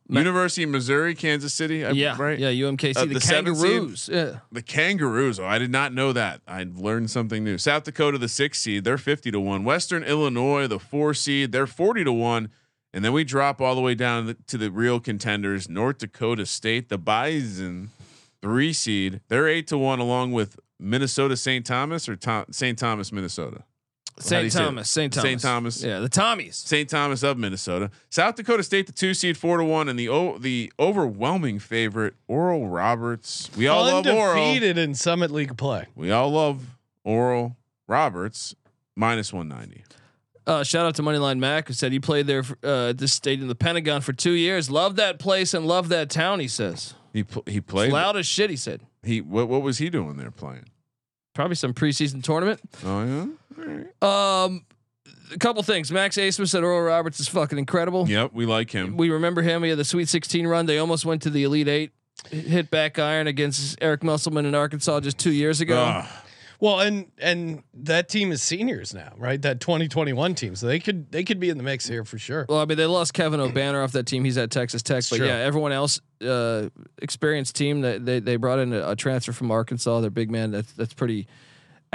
[SPEAKER 8] Ma-
[SPEAKER 7] University of Missouri, Kansas City, I-
[SPEAKER 8] yeah
[SPEAKER 7] right?
[SPEAKER 8] yeah UMKC
[SPEAKER 7] Uh,
[SPEAKER 8] the,
[SPEAKER 7] the seventh seed?
[SPEAKER 8] Kangaroos yeah.
[SPEAKER 7] The Kangaroos. Oh, I did not know that. I learned something new. South Dakota, the six seed, they're fifty to one. Western Illinois, the four seed, they're forty to one. And then we drop all the way down th- to the real contenders, North Dakota State, the Bison, three seed, they're eight to one, along with Minnesota St. Thomas or Tom- St. Thomas, Minnesota. do you
[SPEAKER 8] St.
[SPEAKER 7] say it?
[SPEAKER 8] Thomas St. Thomas
[SPEAKER 7] St. Thomas.
[SPEAKER 8] yeah the Tommies
[SPEAKER 7] St. Thomas of Minnesota, South Dakota State, the two seed, four to one, and the o- the overwhelming favorite, Oral Roberts. We all love Oral.
[SPEAKER 1] Undefeated in Summit League play.
[SPEAKER 7] We all love Oral Roberts minus 190.
[SPEAKER 8] uh, shout out to Moneyline Mac who said he played there for, uh, at this stadium the Pentagon for two years loved that place and loved that town he says
[SPEAKER 7] He pl- he
[SPEAKER 8] It's
[SPEAKER 7] played.
[SPEAKER 8] loud as shit he said
[SPEAKER 7] He what what was he doing there playing?
[SPEAKER 8] probably some preseason tournament
[SPEAKER 7] Oh yeah. All right.
[SPEAKER 8] um a couple things Max Asmus said Earl Roberts is fucking incredible
[SPEAKER 7] Yep, we like him.
[SPEAKER 8] we remember him. He had the Sweet 16 run. They almost went to the Elite Eight. Hit back iron against Eric Musselman in Arkansas just two years ago.
[SPEAKER 7] Ah,
[SPEAKER 1] Well, and and that team is seniors now, right? That 2021 team, so they could they could be in the mix here for sure.
[SPEAKER 8] Well, I mean, they lost Kevin O'Banner off that team. He's at Texas Tech. But
[SPEAKER 1] true.
[SPEAKER 8] yeah, everyone else, uh, experienced team that they, they brought in a, a transfer from Arkansas. Their big man. That's that's pretty,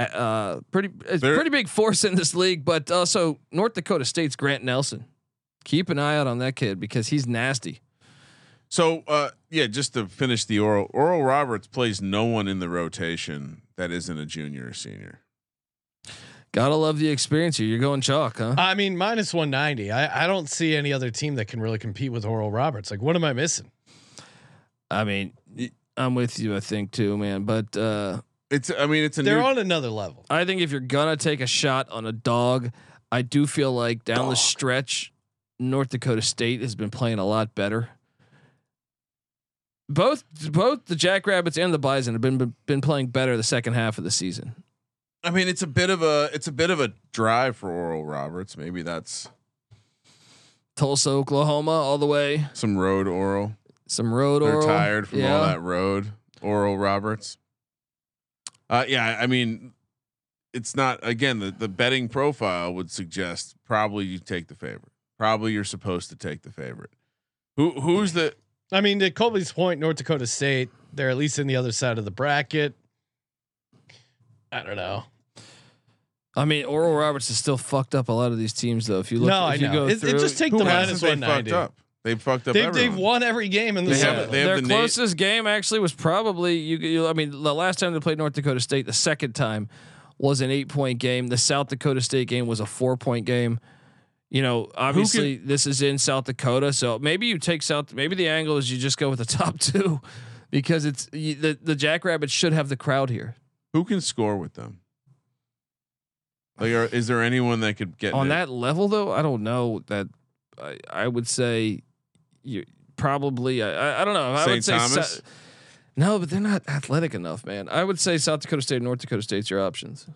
[SPEAKER 8] uh, pretty it's
[SPEAKER 7] They're-
[SPEAKER 8] pretty big force in this league. But also North Dakota State's Grant Nelson. Keep an eye out on that kid because he's nasty.
[SPEAKER 7] so uh, yeah, just to finish the Oral Oral Roberts plays no one in the rotation that isn't a junior or senior.
[SPEAKER 8] Gotta love the experience here. You're going chalk, huh?
[SPEAKER 1] I mean, minus 190. I, I don't see any other team that can really compete with Oral Roberts. Like, what am I missing?
[SPEAKER 8] I mean, I'm with you, I think too, man. But uh,
[SPEAKER 7] It's I mean it's a
[SPEAKER 1] They're
[SPEAKER 7] new
[SPEAKER 1] on another level.
[SPEAKER 8] I think if you're gonna take a shot on a dog, I do feel like down the stretch, North Dakota State has been playing a lot better. Both both the Jackrabbits and the Bison have been been playing better the second half of the season.
[SPEAKER 7] I mean it's a bit of a it's a bit of a drive for Oral Roberts. Maybe that's
[SPEAKER 8] Tulsa, Oklahoma, all the way.
[SPEAKER 7] some road Oral.
[SPEAKER 8] Some road
[SPEAKER 7] They're
[SPEAKER 8] oral.
[SPEAKER 7] tired from all
[SPEAKER 8] Yeah.
[SPEAKER 7] that road. Oral Roberts. Uh, yeah, I mean, it's not again the the betting profile would suggest probably you take the favorite. Probably you're supposed to take the favorite. Who who's the
[SPEAKER 1] I mean, to Colby's point, North Dakota State, they're at least in the other side of the bracket. I don't know.
[SPEAKER 8] I mean, Oral Roberts is still fucked up a lot of these teams though. If you look,
[SPEAKER 1] No,
[SPEAKER 8] if
[SPEAKER 1] I
[SPEAKER 8] you
[SPEAKER 1] know.
[SPEAKER 8] go
[SPEAKER 1] It- it
[SPEAKER 8] through-
[SPEAKER 1] just take
[SPEAKER 7] who
[SPEAKER 1] the minus
[SPEAKER 7] hasn't they fucked
[SPEAKER 1] 190.
[SPEAKER 7] up? They've fucked up.
[SPEAKER 1] They, they've
[SPEAKER 7] everyone.
[SPEAKER 1] won every game in the
[SPEAKER 7] They
[SPEAKER 1] set.
[SPEAKER 7] have- they have
[SPEAKER 8] their
[SPEAKER 7] the na-
[SPEAKER 8] closest game actually was probably you, you. I mean, the last time they played North Dakota State, the second time was an eight point game. The South Dakota State game was a four point game. You know, obviously this is in South Dakota, so maybe you take South. Maybe the angle is you just go with the top two because it's you, the the Jackrabbits should have the crowd here
[SPEAKER 7] Who can score with them? Like, are, is there anyone that could get in
[SPEAKER 8] on
[SPEAKER 7] it?
[SPEAKER 8] that level. Though I don't know that I, I would say you probably I, I- I don't know. I
[SPEAKER 7] St.
[SPEAKER 8] would say Sa-
[SPEAKER 7] Thomas?
[SPEAKER 8] No, but they're not athletic enough, man. I would say South Dakota State, and North Dakota State's your options.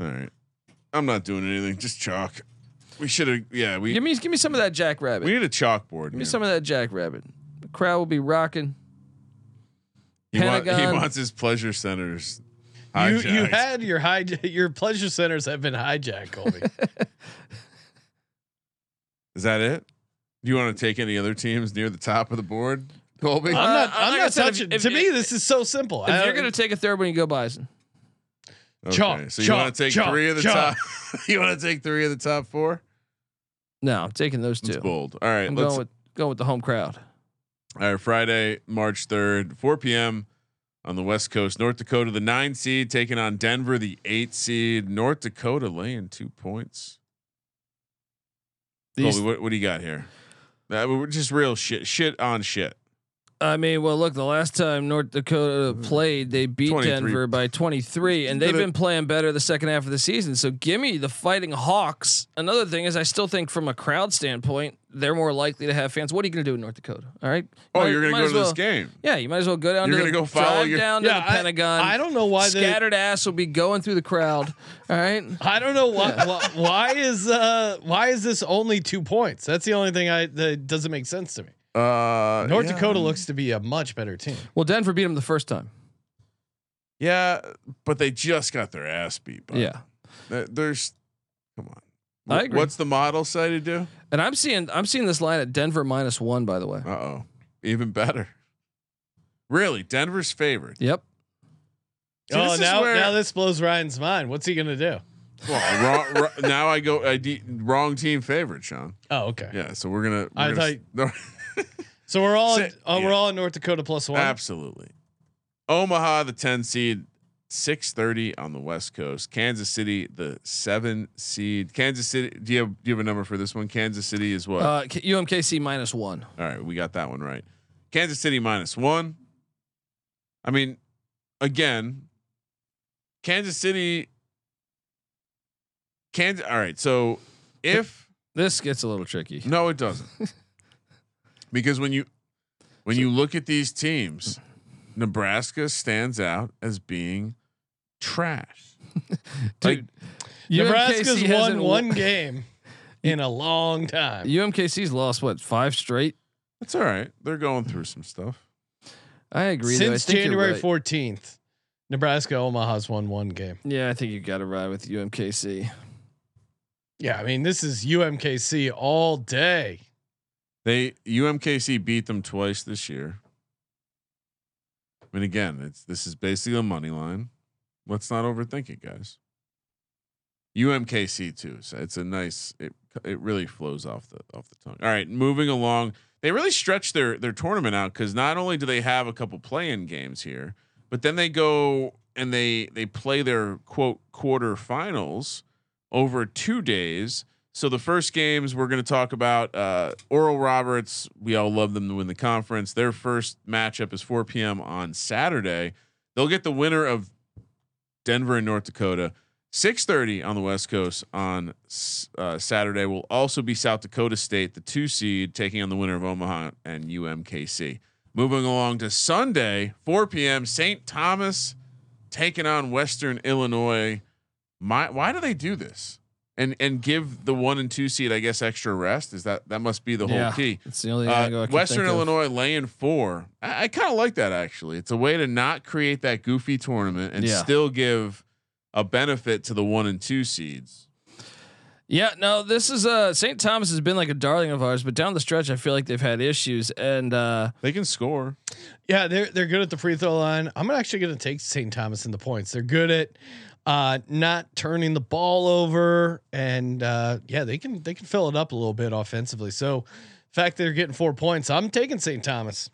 [SPEAKER 7] All right, I'm not doing anything. Just chalk. We should have. Yeah, we
[SPEAKER 8] Give me, give me some of that Jackrabbit.
[SPEAKER 7] we
[SPEAKER 8] Give
[SPEAKER 7] need a chalkboard.
[SPEAKER 8] me
[SPEAKER 7] here.
[SPEAKER 8] some of that Jackrabbit. The crowd will be rocking.
[SPEAKER 7] He, wa- he
[SPEAKER 8] Pentagon.
[SPEAKER 7] wants his pleasure centers
[SPEAKER 1] You,
[SPEAKER 7] Hijacked.
[SPEAKER 1] you had your hijack. Your pleasure centers have been hijacked, Colby.
[SPEAKER 7] Is that it? Do you want to take any other teams near the top of the board, Colby?
[SPEAKER 1] I'm not.
[SPEAKER 8] Uh,
[SPEAKER 1] I'm
[SPEAKER 8] like I
[SPEAKER 1] not
[SPEAKER 8] said, if-
[SPEAKER 1] touching.
[SPEAKER 8] if-
[SPEAKER 1] to me,
[SPEAKER 8] if-
[SPEAKER 1] this is so simple. I
[SPEAKER 8] If you're
[SPEAKER 1] don't-
[SPEAKER 8] gonna take a third one, you go Bison.
[SPEAKER 7] Okay,
[SPEAKER 1] Chomp,
[SPEAKER 7] so you
[SPEAKER 1] chomp,
[SPEAKER 7] want to take
[SPEAKER 1] chomp,
[SPEAKER 7] three of the
[SPEAKER 1] chomp.
[SPEAKER 7] top? you want to take three of the top four?
[SPEAKER 8] No, I'm taking those
[SPEAKER 7] It's
[SPEAKER 8] two.
[SPEAKER 7] bold. All right,
[SPEAKER 8] I'm
[SPEAKER 7] let's.
[SPEAKER 8] going with going with the home crowd.
[SPEAKER 7] all right, Friday, March third, four p.m. on the West Coast, North Dakota, the nine seed taking on Denver, the eight seed. North Dakota laying two points.
[SPEAKER 8] These,
[SPEAKER 7] Colby, what, what do you got here? That we're just real shit, shit on shit.
[SPEAKER 8] I mean, well, look, the last time North
[SPEAKER 7] Mm-hmm.
[SPEAKER 8] Dakota played, they beat
[SPEAKER 7] 23.
[SPEAKER 8] Denver by 23, and they've been playing better the second half of the season. So give me the Fighting Hawks. Another thing is, I still think from a crowd standpoint, they're more likely to have fans. What are you going to do in North Dakota? All right.
[SPEAKER 7] Oh,
[SPEAKER 8] Might-
[SPEAKER 7] you're gonna
[SPEAKER 8] might
[SPEAKER 7] go
[SPEAKER 8] as
[SPEAKER 7] to this
[SPEAKER 8] well-
[SPEAKER 7] game.
[SPEAKER 8] Yeah, you might as well go down.
[SPEAKER 7] You're
[SPEAKER 8] to
[SPEAKER 7] gonna
[SPEAKER 8] the,
[SPEAKER 7] go follow
[SPEAKER 8] drive
[SPEAKER 7] your-
[SPEAKER 8] down to
[SPEAKER 1] Yeah,
[SPEAKER 8] the
[SPEAKER 1] I-
[SPEAKER 8] Pentagon.
[SPEAKER 1] I don't know why they-
[SPEAKER 8] scattered ass will be going through the crowd. All right.
[SPEAKER 1] I don't know why. why, why is uh why is this only two points? That's the only thing I that doesn't make sense to me.
[SPEAKER 7] Uh,
[SPEAKER 1] North
[SPEAKER 7] yeah.
[SPEAKER 1] Dakota looks to be a much better team.
[SPEAKER 8] Well, Denver beat them the first time.
[SPEAKER 7] Yeah, but they just got their ass beat. By
[SPEAKER 8] Yeah.
[SPEAKER 7] There- There's, come on.
[SPEAKER 8] I agree.
[SPEAKER 7] What's the model say to do?
[SPEAKER 8] And I'm seeing I'm seeing this line at Denver minus one. By the way.
[SPEAKER 7] Uh oh, even better. Really, Denver's favored.
[SPEAKER 8] Yep.
[SPEAKER 7] See,
[SPEAKER 1] oh,
[SPEAKER 7] this is
[SPEAKER 1] now
[SPEAKER 7] where-
[SPEAKER 1] now this blows Ryan's mind. What's he gonna do?
[SPEAKER 7] Well, wrong, wrong- now I go I de- wrong team favorite, Sean.
[SPEAKER 1] Oh, okay.
[SPEAKER 7] Yeah, so we're gonna.
[SPEAKER 1] I
[SPEAKER 7] We're
[SPEAKER 1] thought-
[SPEAKER 7] gonna
[SPEAKER 1] So we're all in,
[SPEAKER 7] Sit-
[SPEAKER 1] oh,
[SPEAKER 7] yeah.
[SPEAKER 1] we're all in North Dakota plus one.
[SPEAKER 7] absolutely. Omaha, the ten seed, six thirty on the West Coast. Kansas City, the seven seed. Kansas City. Do you have do you have a number for this one? Kansas City is what?
[SPEAKER 8] Uh, K- UMKC minus one.
[SPEAKER 7] All right, we got that one right. Kansas City minus one. I mean, again, Kansas City. Kansas. All right, so if
[SPEAKER 8] This gets a little
[SPEAKER 1] Mm-hmm.
[SPEAKER 8] tricky.
[SPEAKER 7] no, it doesn't, because when you when you look at these teams, Nebraska stands out as being trash.
[SPEAKER 8] Dude,
[SPEAKER 1] Nebraska's
[SPEAKER 8] UMKC
[SPEAKER 1] won
[SPEAKER 8] hasn't
[SPEAKER 1] one game in a long time.
[SPEAKER 8] UMKC's lost what five straight.
[SPEAKER 7] That's all right. They're going through some stuff.
[SPEAKER 8] I agree. though. I
[SPEAKER 1] Since
[SPEAKER 8] think you're
[SPEAKER 1] January
[SPEAKER 8] right.
[SPEAKER 1] fourteenth, Nebraska Omaha's won one game.
[SPEAKER 8] Yeah, I think you got to ride with UMKC.
[SPEAKER 1] Yeah, I mean this is UMKC all day.
[SPEAKER 7] They UMKC beat them twice this year. I mean, again, it's this is basically a money line. Let's not overthink it, guys. UMKC too. So it's a nice. It it really flows off the off the tongue. All right, moving along. They really stretch their their tournament out because not only do they have a couple play in games here, but then they go and they they play their quote quarterfinals over two days. So the first games we're going to talk about uh, Oral Roberts. We all love them to win the conference. Their first matchup is 4 p.m. on Saturday. They'll get the winner of Denver and North Dakota. 6:30 on the West Coast on s- uh, Saturday will also be South Dakota State, the two seed, taking on the winner of Omaha and UMKC. Moving along to Sunday, 4 p.m. St. Thomas taking on Western Illinois. My, why do they do this? And and give the one and two seed, I guess, extra rest. Is that that must be the whole
[SPEAKER 8] yeah,
[SPEAKER 7] key?
[SPEAKER 8] it's the only
[SPEAKER 7] Uh,
[SPEAKER 8] angle I can
[SPEAKER 7] Western
[SPEAKER 8] think of.
[SPEAKER 7] Illinois laying four. I, I kind of like that actually. It's a way to not create that goofy tournament and
[SPEAKER 8] Yeah.
[SPEAKER 7] still give a benefit to the one and two seeds.
[SPEAKER 8] Yeah, no, this is uh St. Thomas has been like a darling of ours, but down the stretch I feel like they've had issues and uh
[SPEAKER 7] They can score.
[SPEAKER 1] Yeah, they're they're good at the free throw line. I'm actually going to take St. Thomas in the points. They're good at uh, not turning the ball over, and uh, yeah, they can they can fill it up a little bit offensively. So, in fact they're getting four points. I'm taking St. Thomas.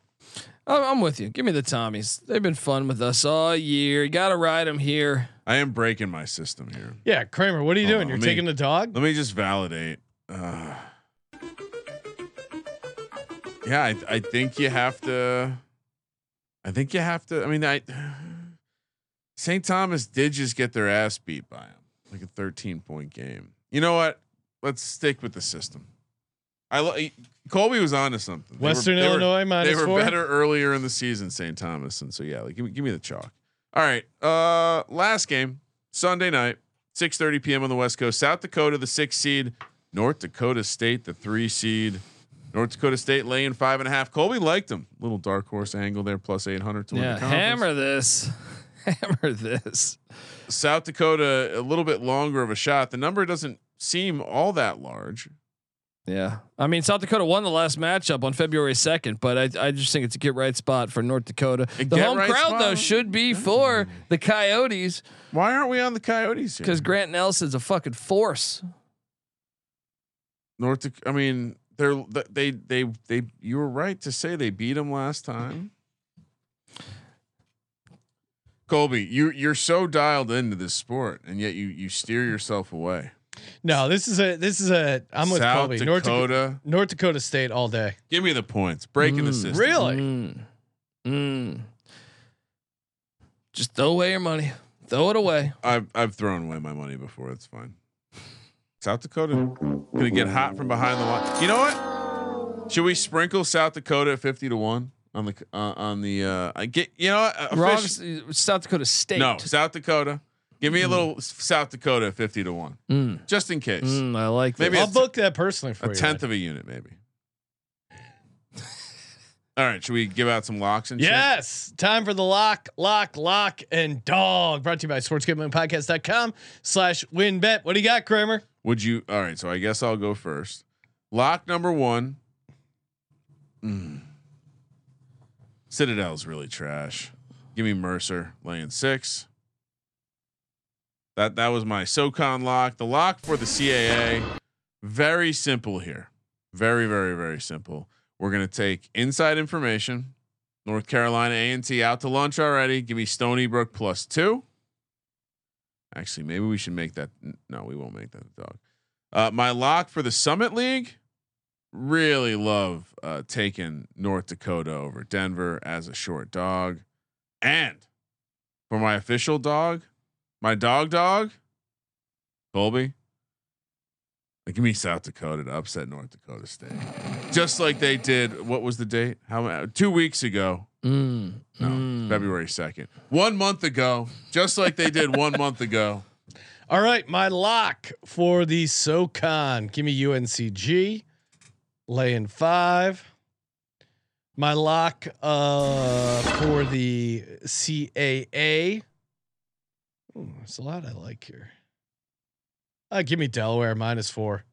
[SPEAKER 8] I'm I'm with you. Give me the Tommies. They've been fun with us all year. You got to ride them here.
[SPEAKER 7] I am breaking my system here.
[SPEAKER 1] Yeah, Kramer, what are you
[SPEAKER 7] Hold
[SPEAKER 1] doing?
[SPEAKER 7] on,
[SPEAKER 1] You're
[SPEAKER 7] let me-
[SPEAKER 1] taking the dog.
[SPEAKER 7] Let me just validate. Uh, yeah, I, I think you have to. I think you have to. I mean, I St. Thomas did just get their ass beat by him, like a 13 point game. You know what? Let's stick with the system. I li- Colby was onto something. They were-
[SPEAKER 1] Western
[SPEAKER 7] they were-
[SPEAKER 1] Illinois minus
[SPEAKER 7] they were
[SPEAKER 1] four.
[SPEAKER 7] better earlier in the season, St. Thomas, and so yeah, like give me give me the chalk. All right, uh, last game Sunday night, six thirty p.m. on the West Coast. South Dakota, the six seed, North Dakota State, the three seed. North Dakota State laying five and a half. Colby liked them. Little dark horse angle there, plus eight hundred to win
[SPEAKER 8] Yeah,
[SPEAKER 7] the conference.
[SPEAKER 8] hammer this. hammer this.
[SPEAKER 7] South Dakota a little bit longer of a shot. The number doesn't seem all that large.
[SPEAKER 8] Yeah. I mean, South Dakota won the last matchup on February 2nd, but I, I just think it's a get right spot for North Dakota.
[SPEAKER 7] A
[SPEAKER 8] The
[SPEAKER 7] get
[SPEAKER 8] home
[SPEAKER 7] right
[SPEAKER 8] crowd, though,
[SPEAKER 7] spot?
[SPEAKER 8] should be for the Coyotes
[SPEAKER 7] Why aren't we on the Coyotes here?
[SPEAKER 8] because Grant Nelson's a fucking force.
[SPEAKER 7] North, Dak- I mean, they're th- they they they. You were right to say they beat them last time. Colby, you you're so dialed into this sport, and yet you you steer yourself away.
[SPEAKER 1] No, this is a this is a. I'm with
[SPEAKER 7] South
[SPEAKER 1] Colby. North,
[SPEAKER 7] Dakota.
[SPEAKER 1] Dakota, North Dakota State all day.
[SPEAKER 7] Give me the points. Breaking the system.
[SPEAKER 1] Really?
[SPEAKER 8] Mm. Mm. Just throw away your money, throw it away.
[SPEAKER 7] I've I've thrown away my money before. It's fine. South Dakota gonna get hot from behind the line. You know what? Should we sprinkle South Dakota at fifty to one on the uh, on the? Uh, I get you know what? Uh,
[SPEAKER 8] Wrong,
[SPEAKER 7] offici-
[SPEAKER 8] S- South Dakota State.
[SPEAKER 7] No, South Dakota. Give me a little S- South Dakota at fifty to one,
[SPEAKER 8] Mm.
[SPEAKER 7] just in case.
[SPEAKER 8] Mm, I like that.
[SPEAKER 7] Maybe
[SPEAKER 1] I'll
[SPEAKER 7] it's
[SPEAKER 1] book that personally for
[SPEAKER 7] A
[SPEAKER 1] you.
[SPEAKER 7] tenth of a unit, maybe. All right, should we give out some locks and shit?
[SPEAKER 1] Yes. Time for the lock, lock, lock, and dog. Brought to you by sportsgamblingpodcast.com slash win bet. What do you got, Kramer?
[SPEAKER 7] Would you? All right, so I guess I'll go first. Lock number one. Mm. Citadel's really trash. Give me Mercer laying six. That that was my SoCon lock. The lock for the CAA. Very simple here. Very very very simple. We're gonna take inside information. North Carolina A and T out to lunch already. Give me Stony Brook plus two. Actually, maybe we should make that. n- No, we won't make that a dog. Uh, my lock for the Summit League. Really love uh, taking North Dakota over Denver as a short dog, and for my official dog, my dog dog, Colby. Like, give me South Dakota to upset North Dakota State, just like they did. What was the date? How ma- two weeks ago?
[SPEAKER 8] Mm,
[SPEAKER 7] No,
[SPEAKER 8] mm.
[SPEAKER 7] February second. One month ago, just like they did one month ago.
[SPEAKER 1] All right, my lock for the SoCon. Give me UNCG. Laying five. My lock uh, for the CAA. Ooh, there's a lot I like here. Uh, give me Delaware minus four.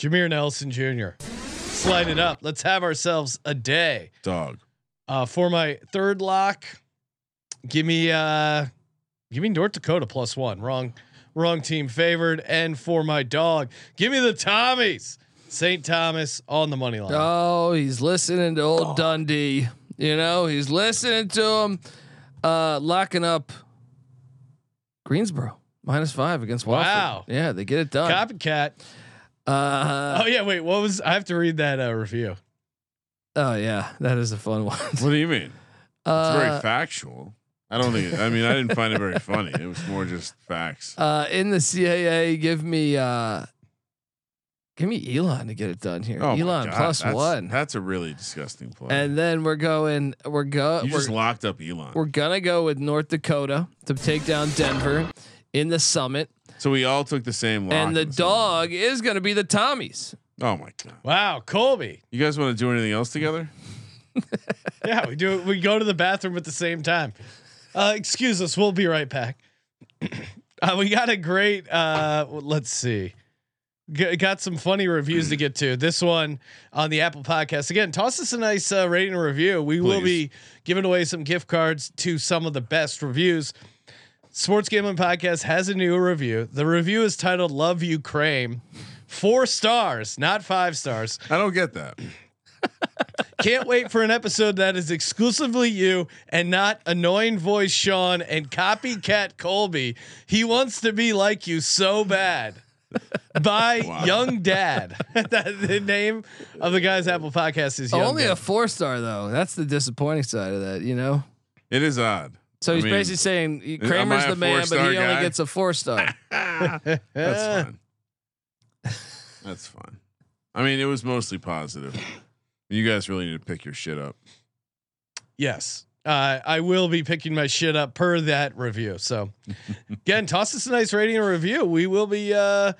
[SPEAKER 1] Jameer Nelson Jr. Slide it up. Let's have ourselves a day.
[SPEAKER 7] Dog.
[SPEAKER 1] Uh, for my third lock, give me uh, give me North Dakota plus one. Wrong, wrong team favored. And for my dog, give me the Tommies. St. Thomas on the money line.
[SPEAKER 8] Oh, he's listening to old Dundee. You know, he's listening to him. Uh, locking up Greensboro minus five against Wofford.
[SPEAKER 1] Wow.
[SPEAKER 8] Yeah, they get it done.
[SPEAKER 1] Copycat.
[SPEAKER 8] Uh,
[SPEAKER 1] Oh yeah, wait. What was? I have to read that uh, review.
[SPEAKER 8] oh yeah, that is a fun one.
[SPEAKER 7] What do you mean? It's very
[SPEAKER 8] Uh,
[SPEAKER 7] factual. I don't think. I mean, I didn't find it very funny. It was more just facts.
[SPEAKER 8] uh, in the CAA, give me uh, give me Elon to get it done here.
[SPEAKER 7] Oh my
[SPEAKER 8] Elon
[SPEAKER 7] God,
[SPEAKER 8] plus
[SPEAKER 7] that's-
[SPEAKER 8] one,
[SPEAKER 7] That's a really disgusting play.
[SPEAKER 8] and then we're going. We're go.
[SPEAKER 7] you
[SPEAKER 8] we're,
[SPEAKER 7] just locked up Elon.
[SPEAKER 8] we're gonna go with North Dakota to take down Denver in the summit.
[SPEAKER 7] So we all took the same lock.
[SPEAKER 8] and the
[SPEAKER 7] in same-
[SPEAKER 8] dog is going to be the Tommies.
[SPEAKER 7] Oh my god!
[SPEAKER 1] Wow, Colby.
[SPEAKER 7] You guys want to do anything else together?
[SPEAKER 1] Yeah, we do. We go to the bathroom at the same time. Uh, excuse us. We'll be right back. uh, we got a great. Uh, w- let's see. G- got some funny reviews to get to. This one on the Apple Podcast again. Toss us a nice uh, rating and review. We will be
[SPEAKER 7] Please.
[SPEAKER 1] giving away some gift cards to some of the best reviews. Sports Gambling Podcast has a new review. The review is titled "Love You, Crame." Four stars, not five stars.
[SPEAKER 7] I don't get that.
[SPEAKER 1] Can't wait for an episode that is exclusively you and not annoying voice Sean and copycat Colby. He wants to be like you so bad. By
[SPEAKER 7] Wow.
[SPEAKER 1] Young Dad. That- the name of the guy's Apple podcast is Young
[SPEAKER 8] Only
[SPEAKER 1] Dad.
[SPEAKER 8] a four star though. That's the disappointing side of that, you know.
[SPEAKER 7] It is odd.
[SPEAKER 8] So
[SPEAKER 7] I
[SPEAKER 8] he's
[SPEAKER 7] mean,
[SPEAKER 8] basically saying he-
[SPEAKER 7] am I
[SPEAKER 8] Kramer's
[SPEAKER 7] a
[SPEAKER 8] the man, but
[SPEAKER 7] four-star
[SPEAKER 8] he only
[SPEAKER 7] guy?
[SPEAKER 8] gets a four star.
[SPEAKER 7] That's fine. That's fine. I mean, it was mostly positive. You guys really need to pick your shit up.
[SPEAKER 1] Yes. Uh, I will be picking my shit up per that review. So, again, toss us a nice rating and review. We will be uh,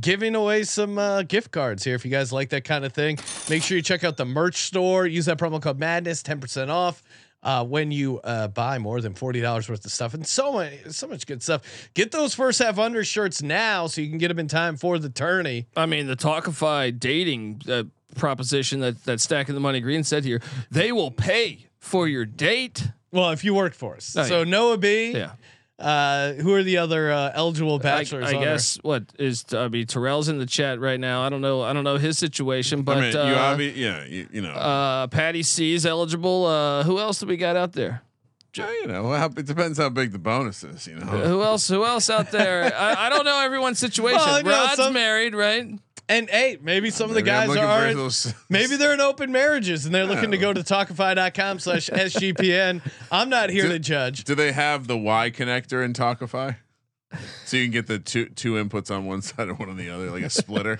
[SPEAKER 1] giving away some uh, gift cards here if you guys like that kind of thing. Make sure you check out the merch store. Use that promo code Madness, ten percent off. uh, when you uh, buy more than forty dollars worth of stuff, and so much, so much good stuff. Get those first half undershirts now, so you can get them in time for the tourney.
[SPEAKER 8] I mean, the Talkify dating uh, proposition that that stacking the money green said here, they will pay for your date.
[SPEAKER 1] Well, if you work for us,
[SPEAKER 8] Oh,
[SPEAKER 1] so
[SPEAKER 8] yeah.
[SPEAKER 1] Noah B.
[SPEAKER 8] Yeah,
[SPEAKER 1] Uh, who are the other uh, eligible
[SPEAKER 8] I,
[SPEAKER 1] bachelors?
[SPEAKER 8] I
[SPEAKER 1] on our-
[SPEAKER 8] guess what is I mean Terrell's in the chat right now. I don't know. I don't know his situation, but
[SPEAKER 7] I mean, you
[SPEAKER 8] uh,
[SPEAKER 7] obvi- yeah, you, you know,
[SPEAKER 8] uh, Patty C is eligible. Uh, who else do we got out there?
[SPEAKER 7] Yeah, you know, how, it depends how big the bonus is. You know,
[SPEAKER 8] Who else? Who else out there? I, I don't know everyone's situation.
[SPEAKER 1] Well, I know
[SPEAKER 8] Rod's
[SPEAKER 1] some-
[SPEAKER 8] married, right?
[SPEAKER 1] And hey, maybe some of the
[SPEAKER 7] Maybe I'm
[SPEAKER 1] guys
[SPEAKER 7] looking
[SPEAKER 1] are
[SPEAKER 7] for
[SPEAKER 1] in-
[SPEAKER 7] those-
[SPEAKER 1] maybe they're in open marriages and they're looking to
[SPEAKER 7] Oh.
[SPEAKER 1] go to talkify.com slash SGPN. I'm not here
[SPEAKER 7] Do-
[SPEAKER 1] to judge.
[SPEAKER 7] Do they have the Y connector in Talkify? So you can get the two two inputs on one side and one on the other, like a splitter.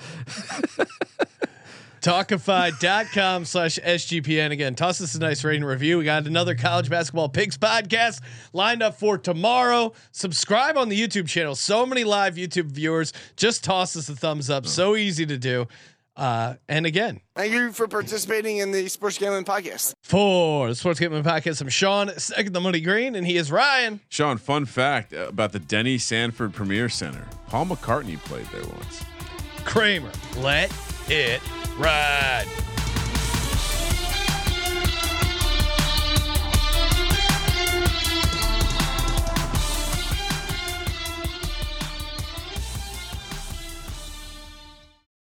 [SPEAKER 1] Talkify.com slash SGPN. Again, toss us a nice rating review. We got another college basketball picks podcast lined up for tomorrow. Subscribe on the YouTube channel. So many live YouTube viewers. Just toss us a thumbs up.
[SPEAKER 7] Oh.
[SPEAKER 1] So easy to do. Uh, and again,
[SPEAKER 9] Thank you for participating in the Sports Gambling Podcast.
[SPEAKER 1] for the Sports Gambling Podcast, I'm Sean, second the Money Green, and he is Ryan.
[SPEAKER 7] Sean, fun fact about the Denny Sanford Premier Center. Paul McCartney played there once.
[SPEAKER 1] Kramer. Let it ride.